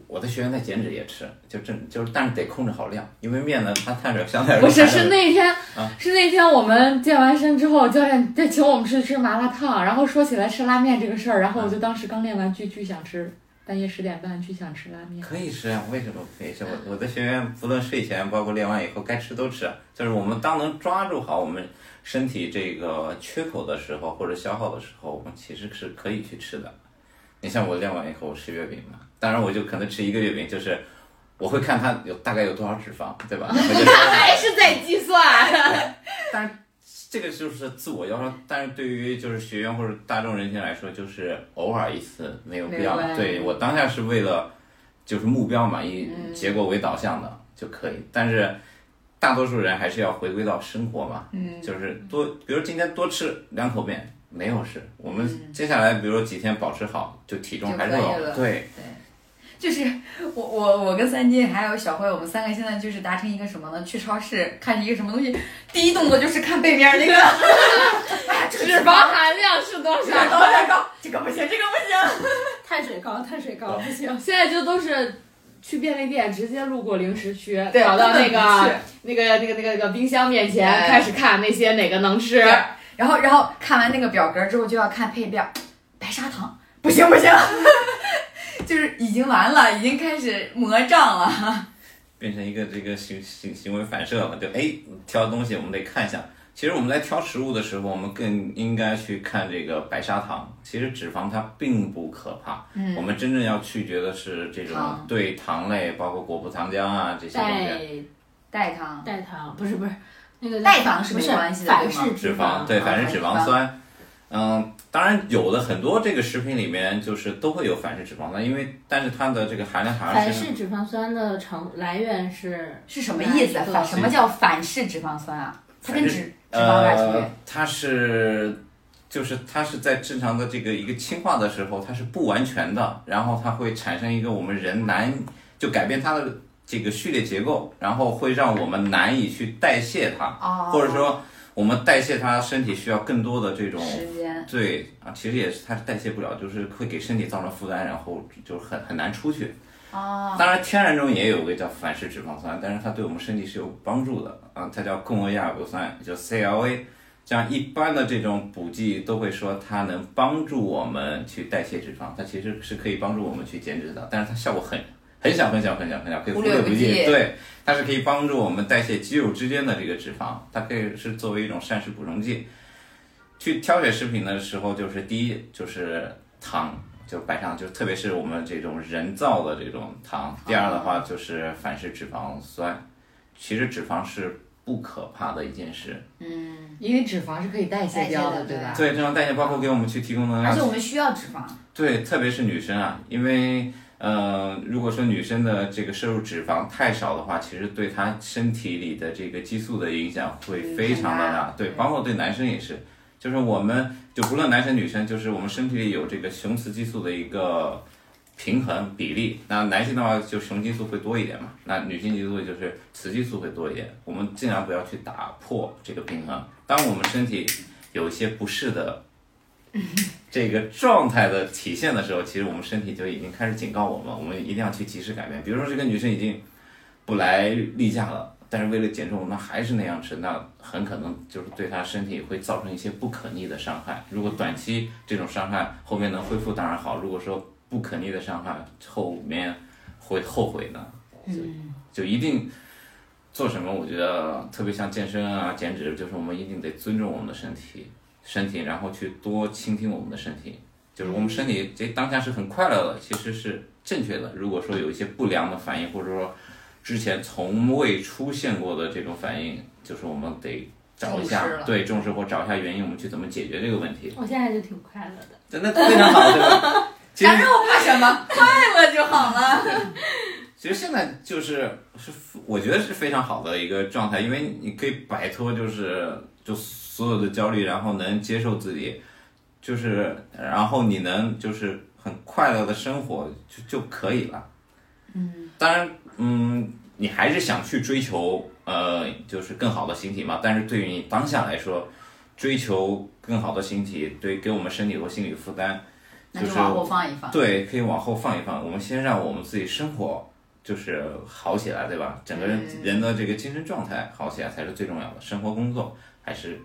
S6: 我的学员在减脂也吃，就正就是，但是得控制好量，因为面呢，它碳水相对来说
S4: 不是，
S6: 含量
S4: 是那天
S6: 啊，
S4: 是那天我们健完身之后，教练在请我们去吃麻辣烫，然后说起来吃拉面这个事儿，然后我就当时刚练完剧，巨想吃，半夜十点半巨想吃拉面。
S6: 可以吃啊，为什么不可以吃？我我的学员不论睡前，包括练完以后，该吃都吃。啊就是我们当能抓住好我们身体这个缺口的时候，或者消耗的时候，我们其实是可以去吃的。你像我练完以后，我吃月饼嘛，当然我就可能吃一个月饼，就是我会看它有大概有多少脂肪，对 吧？那个
S2: 是在计算，
S6: 这个就是自我要求，但是对于就是学员或者大众人群来说，就是偶尔一次没有必要
S2: 没有。关系
S6: 对我当下是为了就是目标嘛，以
S2: 嗯
S6: 结果为导向的就可以。但是大多数人还是要回归到生活嘛，
S2: 嗯
S6: 就是多，比如今天多吃两口面没有事，我们接下来比如说几天保持好，就体
S2: 嗯
S6: 重
S2: 就
S6: 还是
S2: 可以
S6: 有
S2: 了
S6: 对，
S2: 就是我我我跟三金还有小慧，我们三个现在就是达成一个什么呢？去超市看一个什么东西，第一动作就是看背面那个， 哎呀，这个脂肪
S1: 含量是多
S2: 这个高这个高，这个不行，这个不行。
S7: 碳水高，碳水高
S6: 哦
S7: 不行。
S4: 现在就都是去便利店直接路过零食区，
S2: 对
S4: 找到那
S2: 根本不
S4: 个
S2: 去
S4: 那个那个那个那个冰箱面前，
S2: 哎
S4: 开始看那些哪个能吃。
S2: 对然后然后看完那个表格之后就要看配料，白砂糖不行不行， 就是已经完了，已经开始魔障了。
S6: 变成一个这个行行行为反射了，就哎挑东西我们得看一下。其实我们在挑食物的时候，我们更应该去看这个白砂糖。其实脂肪它并不可怕，
S2: 嗯
S6: 我们真正要拒绝的是这种
S2: 糖
S6: 对糖类，包括果葡糖浆啊这些东
S5: 代
S6: 西，
S2: 代糖，
S5: 代糖不是不是那个
S2: 代糖是
S5: 不
S2: 没
S5: 是
S2: 关系的
S5: 反
S2: 对吗
S5: 式
S6: 脂肪对，反式脂肪酸。嗯，当然有的很多这个食品里面就是都会有反式脂肪酸，因为但是它的这个含量好像
S5: 反
S6: 是
S5: 式脂肪酸的成来源是
S2: 是什么意
S4: 嗯
S2: 思啊？反什么叫反式脂肪酸啊？它跟
S6: 反
S2: 脂
S6: 式
S2: 脂肪有啥区
S6: 呃
S2: 别？，
S6: 它是，就是它是在正常的这个一个氢化的时候，它是不完全的，然后它会产生一个我们人难就改变它的这个序列结构，然后会让我们难以去代谢它，
S2: 哦，
S6: 或者说我们代谢它，身体需要更多的这种。
S2: 时间。
S6: 对啊，其实也是它是代谢不了，就是会给身体造成负担，然后就很很难出去。
S2: 哦，
S6: 当然，天然中也有个叫反式脂肪酸，但是它对我们身体是有帮助的啊，它叫共轭亚硫酸，也就 CLA。像一般的这种补剂都会说它能帮助我们去代谢脂肪，它其实是可以帮助我们去减脂的，但是它效果很很小很小很小很小，可以忽
S2: 忽略
S6: 不
S2: 不计
S6: 对，它是可以帮助我们代谢肌肉之间的这个脂肪，它可以是作为一种膳食补充剂。去挑选食品的时候，就是第一就是糖，就白砂糖，就特别是我们这种人造的这种糖。第二的话就是反式脂肪酸，其实脂肪是不可怕的一件事，
S2: 嗯，
S4: 因为脂肪是可以代谢掉
S2: 代谢的
S4: 对吧？
S6: 对，这种代谢包括给我们去提供能
S2: 而且
S6: 量，
S2: 我们需要脂肪。
S6: 对，特别是女生啊，因为呃，如果说女生的这个摄入脂肪太少的话，其实对她身体里的这个激素的影响会非常的
S2: 很
S6: 大，对，包括对男生也是，就是我们就不论男生女生，就是我们身体里有这个雄雌激素的一个。平衡比例，那男性的话就雄激素会多一点嘛，那女性激素就是雌激素会多一点。我们尽量不要去打破这个平衡。当我们身体有一些不适的这个状态的体现的时候，其实我们身体就已经开始警告我们，我们一定要去及时改变。比如说，这个女生已经不来例假了，但是为了减重，那还是那样吃，那很可能就是对她身体会造成一些不可逆的伤害。如果短期这种伤害后面能恢复，当然好；如果说不可逆的伤害后面会后悔呢，
S2: 嗯
S6: 就就一定。做什么？我觉得特别像健身啊、减脂，就是我们一定得尊重我们的身体，身体，然后去多倾听我们的身体，就是我们身体这当下是很快乐的，其实是正确的。如果说有一些不良的反应，或者说之前从未出现过的这种反应，就是我们得找一下
S2: 重视了
S6: 对重视或找一下原因，我们去怎么解决这个问题，
S7: 我现在就挺快乐的。
S6: 真的非常好，对吧？ 其实
S2: 然后怕什么？ 快乐就好了。
S6: 其实现在就是是，我觉得是非常好的一个状态，因为你可以摆脱就是就所有的焦虑，然后能接受自己，就是然后你能就是很快乐的生活就就可以了。嗯，当然，嗯，你还是想去追求呃，就是更好的形体嘛。但是对于你当下来说，追求更好的形体，对给我们身体和心理负担，
S2: 那就是往后放一放。
S6: 对，可以往后放一放。我们先让我们自己生活就是好起来，对吧？整个人
S2: 嗯
S6: 人的这个精神状态好起来才是最重要的，生活工作还是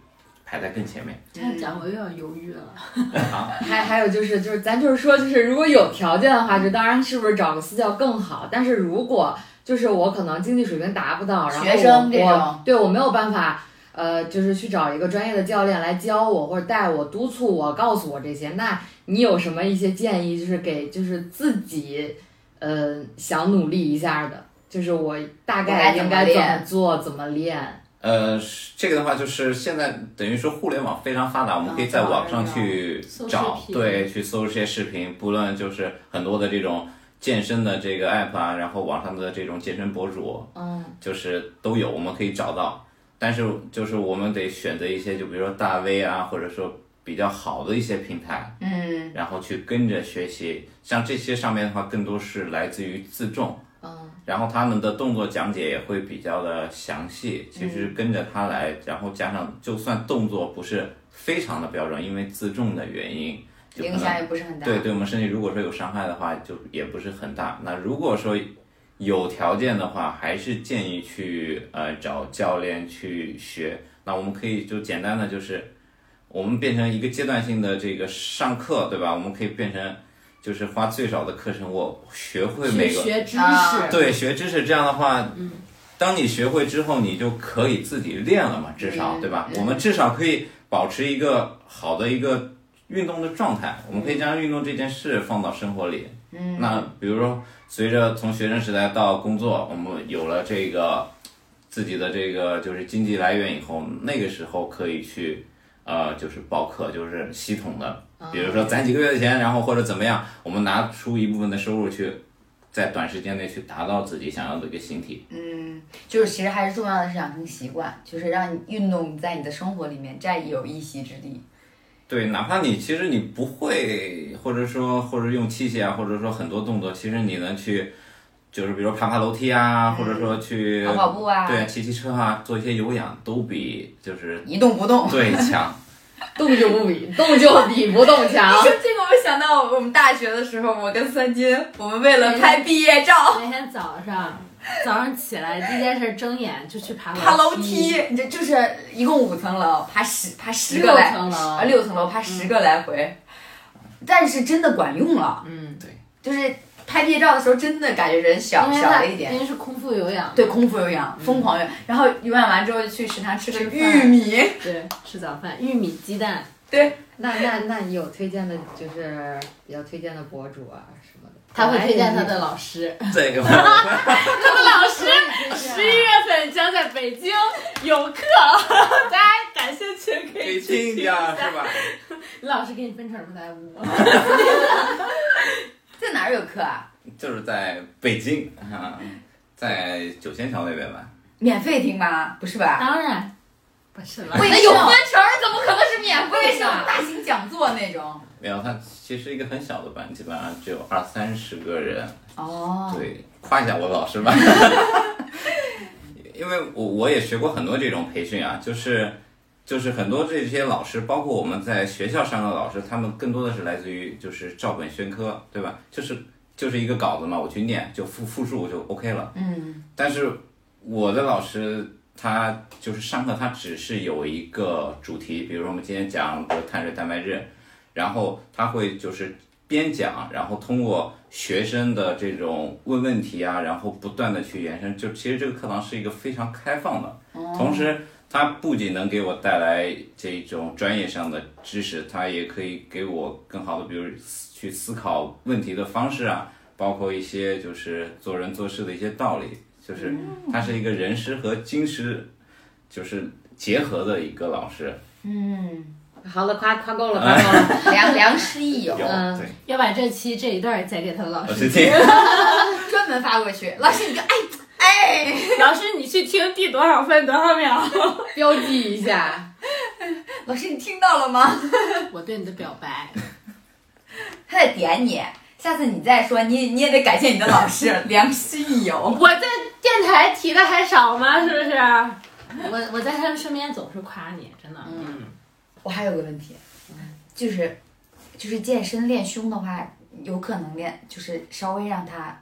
S6: 排在更前面。
S5: 这样
S1: 嗯
S5: 讲我又要犹豫了。
S4: 还还有就是就是咱就是说就是如果有条件的话，就当然是不是找个私教更好。但是如果就是我可能经济水平达不到，然后
S2: 学生这
S4: 我
S2: 种
S4: 我对我没有办法。呃，就是去找一个专业的教练来教我，或者带我、督促我、告诉我这些。那你有什么一些建议？就是给就是自己，呃，想努力一下的，就是我大概应
S2: 我
S4: 该
S2: 该
S4: 怎
S2: 怎么
S4: 么
S2: 练
S4: 做、怎么练？
S6: 呃，是这个的话就是现在等于说互联网非常发达，我们可以在网上去
S7: 找
S6: 找
S7: 视，频
S6: 对，去搜这些视频，不论就是很多的这种健身的这个 app 啊，然后网上的这种健身博主，
S4: 嗯，
S6: 就是都有，我们可以找到。但是就是我们得选择一些，就比如说大 V 啊，或者说比较好的一些平台，
S2: 嗯，
S6: 然后去跟着学习。像这些上面的话，更多是来自于自重，
S4: 嗯，
S6: 然后他们的动作讲解也会比较的详细。其实跟着他来，然后加上就算动作不是非常的标准，因为自重的原因，就可
S2: 影
S6: 能
S2: 响也不是很大。
S6: 对，对我们身体如果说有伤害的话，就也不是很大。那如果说有条件的话，还是建议去呃找教练去学。那我们可以就简单的就是，我们变成一个阶段性的这个上课，对吧？我们可以变成就是花最少的课程，我学会每个
S7: 学知
S2: 啊
S7: 识，
S6: 对学知嗯识，这样的话，当你学会之后，你就可以自己练了嘛，至少、
S2: 嗯
S6: 对吧？
S2: 嗯
S6: 我们至少可以保持一个好的一个运动的状态，我们可以将运动这件事放到生活里。
S2: 嗯，
S6: 那比如说，随着从学生时代到工作，我们有了这个自己的这个就是经济来源以后，那个时候可以去呃，就是报课，就是系统的，比如说攒几个月的钱，然后或者怎么样，我们拿出一部分的收入去。在短时间内去达到自己想要的一个形体，
S2: 嗯，就是其实还是重要的是养成习惯，就是让你运动在你的生活里面占有一席之地。
S6: 对，哪怕你其实你不会，或者说或者用器械啊，或者说很多动作，其实你能去，就是比如爬爬楼梯啊，或者说去
S2: 跑跑步啊
S6: 对，骑骑车啊，做一些有氧，都比 就是
S2: 一动不动。
S6: 对强。
S4: 动就不比，动就比不动强。
S2: 说这个，我想到我们大学的时候，我跟三金，我们为了拍毕业照
S5: 每天早上早上起来第一件事睁眼就去爬
S2: 爬楼
S5: 梯，
S2: 梯，嗯你这就是一共五层楼，爬十爬十个
S4: 六
S2: 来
S4: 层楼
S2: 啊，六层嗯楼爬十个来回，但是真的管用了，
S4: 嗯，
S2: 就是拍毕业照的时候，真的感觉人小
S5: 因为
S2: 小
S5: 它
S2: 了一点
S5: 因。为是空腹有氧，
S2: 对，空腹有氧，疯狂有氧，然后有氧完之后就去食堂嗯吃个
S5: 吃饭
S2: 玉米，
S5: 对，吃早饭，玉米鸡蛋，
S4: 那那那你有推荐的，就是比较推荐的博主啊什么的？哎
S5: 他
S1: 哎
S5: 会推荐他的 老师，
S6: 这个 我
S1: 老师十一月份将在北 京有课，大家感兴趣可
S6: 可
S1: 以
S6: 以
S1: 去
S6: 听一下，是吧？
S7: 老师给你分成不在屋，
S2: 在哪儿有课啊？
S6: 就是在北京啊、在九仙桥那边吧。
S2: 免费听吗？不是吧？
S5: 当然不是了，
S2: 为
S3: 那
S2: 什
S3: 有
S2: 么
S3: 分成儿怎么可能是免
S2: 为
S3: 费
S2: 什
S3: 的？
S2: 么大型讲座那种？
S6: 没有，它其实一个很小的班，基本上只有二三十个人。
S2: 哦，
S6: 对，夸一下我老师吧， 因为我我也学过很多这种培训啊，就是就是很多这些老师，包括我们在学校上的老师，他们更多的是来自于就是照本宣科，对吧？就是就是一个稿子嘛，我去念就复复述就 OK 了。
S2: 嗯，
S6: 但是我的老师他就是上课，他只是有一个主题，比如说我们今天讲比如碳水蛋白质，然后他会就是边讲，然后通过学生的这种问问题啊，然后不断的去延伸，就其实这个课堂是一个非常开放的，
S5: 哦
S6: 同时。它不仅能给我带来这种专业上的知识，它也可以给我更好的，比如思去思考问题的方式啊，包括一些就是做人做事的一些道理，就是
S5: 嗯
S6: 他是一个人师和经师就是结合的一个老师。
S2: 嗯，
S4: 好了，夸夸够了，夸够了。
S2: 良良师益友
S6: 有，
S4: 嗯
S6: 对，哦
S5: 要把这期这一段截给他的啊老
S6: 我
S5: 师，
S6: 是听，
S2: 专门发过去。老师，你就哎哎，
S1: 老师，你去听第多少分多少秒？
S4: 标记一下，
S2: 老师你听到了吗？
S5: 我对你的表白，
S2: 他在点你，下次你再说，你你也得感谢你的老 师，良师益友。
S1: 我在电台提的还少吗？是不是？
S5: 我我在他们身边总是夸你，真的，
S2: 我还有个问题，就是就是健身练胸的话，有可能练就是稍微让它。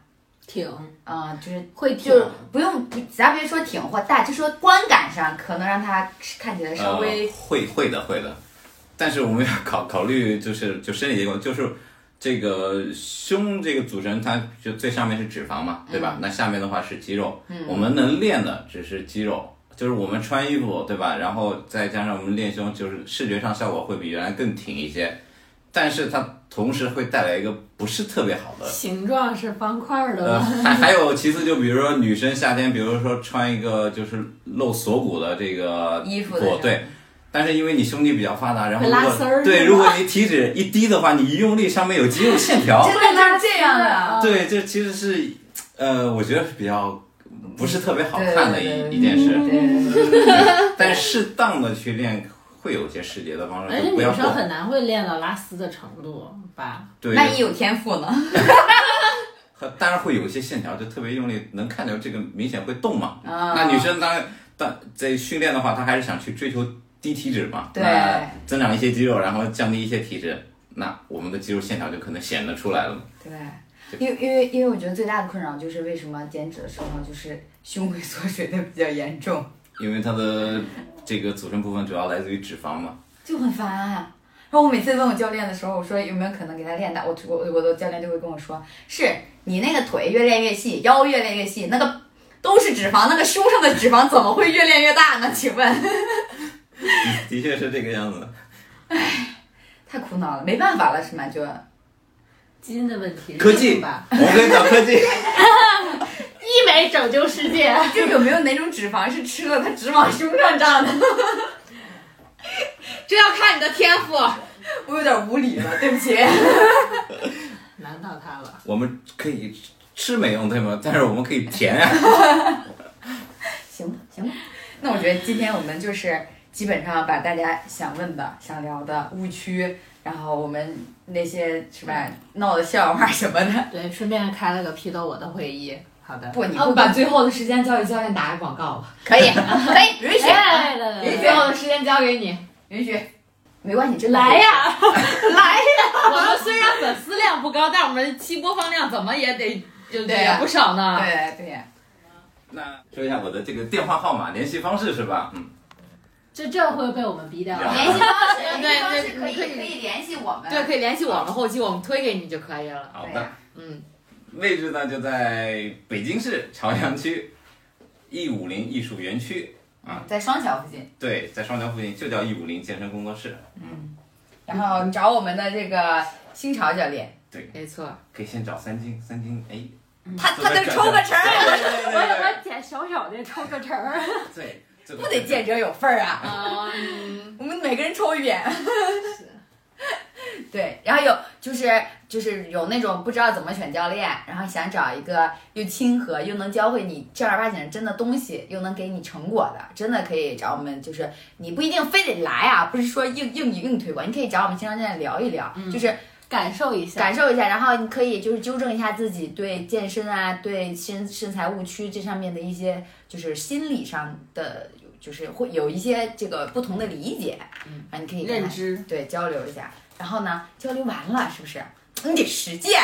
S5: 挺
S2: 啊、就是
S5: 会挺
S2: 就是不用，咱别说挺或大，就说观感上可能让它看起来稍微、
S6: 呃、会会的会的，但是我们要考 考虑就是就生理结构，就是这个胸这个组成，它就最上面是脂肪嘛，对吧？
S2: 嗯
S6: 那下面的话是肌肉，我们能练的只是肌肉。就是我们穿衣服，对吧？然后再加上我们练胸，就是视觉上效果会比原来更挺一些，但是它同时会带来一个不是特别好的
S5: 形状是方块
S4: 哦
S5: 儿的
S6: 呃，
S5: 吧，
S6: 还还有其次，就比如说女生夏天，比如说穿一个就是露锁骨的这个
S2: 衣服的
S6: 裹
S2: 是吧
S6: 对，但是因为你胸肌比较发达，然后如
S5: 会拉丝
S6: 果
S5: 儿
S6: 对，
S5: 是
S6: 如果你体脂一低的话，你一用力上面有肌肉线条，
S2: 真的就是这样的。
S6: 对，这其实是，呃，我觉得是比较不是特别好
S2: 对
S6: 看的
S2: 对对
S6: 一一件事，
S5: 嗯
S2: 对对对
S6: 但适当的去练会有一些视觉的帮助，
S5: 而
S6: 就
S5: 且
S6: 不
S5: 女
S6: 要
S5: 生
S6: 过
S5: 很难会练到拉丝的程度吧？
S6: 对，
S2: 万一有天赋呢？
S6: 和当然会有一些线条就特别用力，能看到这个明显会动嘛。
S2: 啊
S6: 那女生当然当在训练的话，她还是想去追求低体脂嘛，
S2: 对
S6: 那增长一些肌肉，然后降低一些体脂，那我们的肌肉线条就可能显得出来了嘛。
S2: 对，因为因为因为我觉得最大的困扰就是为什么减脂的时候就是胸会缩水的比较严重，
S6: 因为它的这个组成部分主要来自于脂肪嘛。
S2: 就很烦、啊。然后我每次问我教练的时候，我说有没有可能给他练大，我我我的教练就会跟我说，是你那个腿越练越细，腰越练越细，那个都是脂肪，那个胸上的脂肪怎么会越练越大呢？请问，
S6: 的的确是这个样子。
S2: 太苦恼了，没办法了是吗？就
S5: 基因的问题，
S6: 科技，
S5: 吧，
S6: 我们可以找科技。
S1: 医美拯救世界。
S2: 就有没有哪种脂肪是吃了它只往胸上胀的？这要看你的天赋，我有点无理了，对不起。
S5: 难到他了。
S6: 我们可以吃没用对吗？但是我们可以啊填呀、
S2: 行吧，行吧。那我觉得今天我们就是基本上把大家想问的、想聊的误区，然后我们那些是吧闹的笑话什么的，
S5: 对，顺便开了个批斗我的会议。好的，
S2: 不，你
S4: 啊，
S2: 哦不
S4: 我把最后的时间交给教练打个广告吧，
S2: 可 以，可以，允许，
S5: 来来来
S4: 最后的时间交给你。
S2: 允许，没关系，真的
S1: 来呀，
S4: 我们虽然粉丝量不高，但我们的期播放量怎么也得就
S2: 对呀
S4: 也不少呢。
S2: 可以！啊对对呀，
S6: 那说一下我的这个电话号码、联系方式是吧？嗯，
S5: 这这会被我们逼掉
S6: 了
S2: 联系方 式，
S4: 对
S2: 联系方式可
S4: 对
S2: 以
S4: 可以
S2: 可以联系我们，
S4: 对，可以联系我们，后期我们推给你就可以了。
S6: 好
S2: 对
S6: 的
S2: 呀。
S4: 嗯，
S6: 位置呢就在北京市朝阳区一五零艺术园区，
S2: 在双桥附近。
S6: 对，在双桥附近就叫一五零健身工作室，
S2: 然后你找我们的这个新潮教练，
S4: 没错。
S6: 可以先找三金，三金哎，
S2: 他他能抽个成儿，
S6: 对对
S1: 我
S6: 对
S1: 有
S6: 对
S1: 个捡小小的抽个成儿，
S6: 对 对，这个
S2: 不得见者有份儿啊。
S4: 嗯，
S2: 我们每个人抽一遍。 对，然后有就是就是有那种不知道怎么选教练，然后想找一个又亲和又能教会你正儿八经真的东西，又能给你成果的，真的可以找我们。就是你不一定非得来啊，不是说硬硬硬推广，你可以找我们经常教练聊一聊，就是
S5: 感受一下。
S2: 感受一下，然后你可以就是纠正一下自己对健身啊、对身身材误区这上面的一些就是心理上的，就是会有一些这个不同的理解，
S4: 嗯
S2: 啊，你可以跟他
S5: 认知，
S2: 对交流一下，然后呢，交流完了是不 是？你得实践，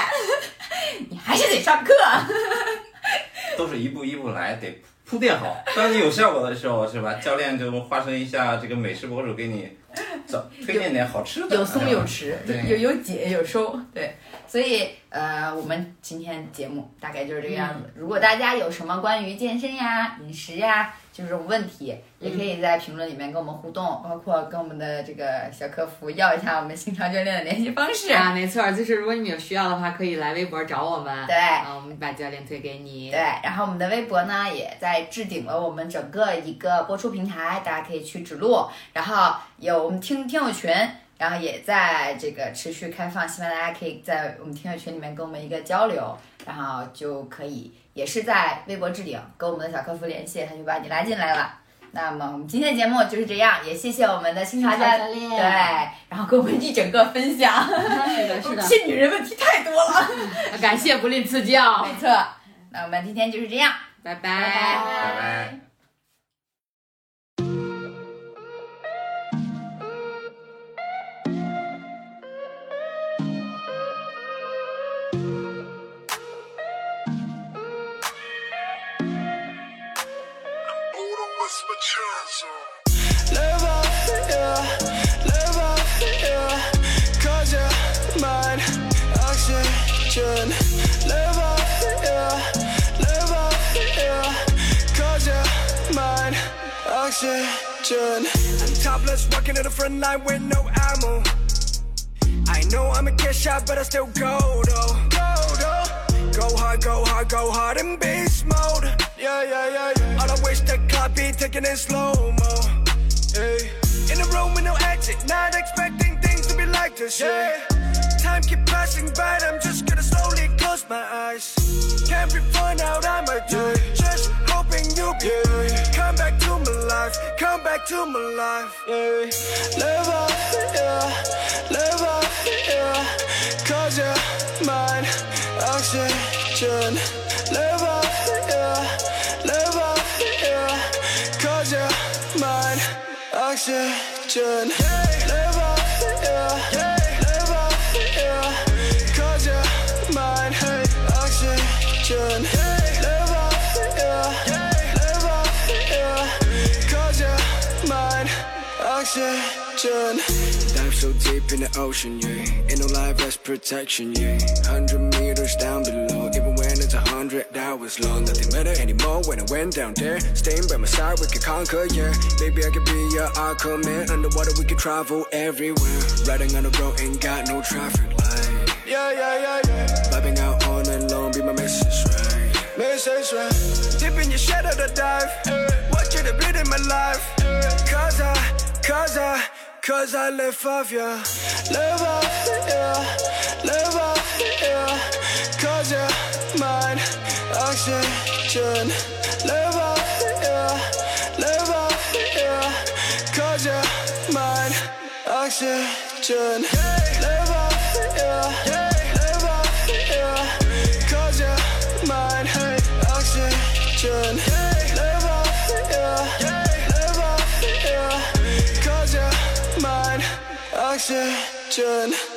S2: 你还是得上课。
S6: 都是一步一步来，得铺垫好。当你有效果的时 候，是吧？教练就化身一下这个美食博主，给你找推荐点好吃的，哎
S2: 有松有弛，
S6: 对
S2: 有有解有收，对，所以呃，我们今天节目大概就是这个样子。如果大家有什么关于健身呀、饮食呀，就是这种问题，也可以在评论里面跟我们互动，包括跟我们的这个小客服要一下我们新潮教练的联系方式。
S4: 啊，没错，就是如果你们有需要的话，可以来微博找我们。
S2: 对
S4: 啊，我们把教练推给你。
S2: 对，然后我们的微博呢也在置顶了我们整个一个播出平台，大家可以去指路。然后有我们听听友群，然后也在这个持续开放，希望大家可以在我们听友群里面跟我们一个交流，然后就可以也是在微博置顶跟我们的小客服联系，他就把你拉进来了。那么我们今天的节目就是这样，也谢谢我们的新茶家
S5: 教练
S2: 对，然后跟我们一整个分享，
S5: 是的，是的。
S2: 这女人问题太多了。
S4: 感谢不吝赐教，
S2: 没错，那我们今天就是这样，
S4: 拜拜。
S6: 拜拜。
S8: Hold on, what's my chance Live up, yeah, live up, yeah. Cause you're mine, oxygen. Live up, yeah, live up, yeah. Cause you're mine, oxygen. I'm topless, walking to the front line with no ammo. I know I'm a get shot, but I still go though. Go though. Go hard, go hard, go hard in beast mode. Yeah, yeah, yeah, yeah. All I wish the clock be ticking in slow mo. Hey. In the road cause yeah Time keep passing by and I'm just gonna slowly close my eyes Can't be run out of my day Just hoping you be Come back to my life Come back to my life yeah. Live up, yeah Live up, yeah Cause you're mine Oxygen Live up, yeah Live up, yeah Cause you're mine Oxygen Live up, yeah Live up, yeah Cause you're mine Hey, Oxygen Live up, yeah Live up, yeah Cause you're mine Oxygen Dive so deep in the ocean, yeah Ain't no life that's protection, yeah Hundred meters down below Even when it's a hundred hours long Nothing matter anymore when I went down there Staying by my side, we can conquer, yeah Maybe I could be your Aquaman Underwater we can travel everywhere Riding on the road, ain't got no traffic light Yeah, yeah, yeah, yeah Vibing out all night long, be my message, right? Message, right? Deep in your shadow to dive Watch you to bleed in my life Cause I, cause I, cause I live for you Live up, yeah Live up, yeah Cause you're mine Oxygen Live up, yeah Live up, yeah Cause you're mine Oxygen Live up, yeah Live up, yeah Cause you're mine Hey, oxygen Live up, yeah Live up, yeah Cause you're mine Oxygen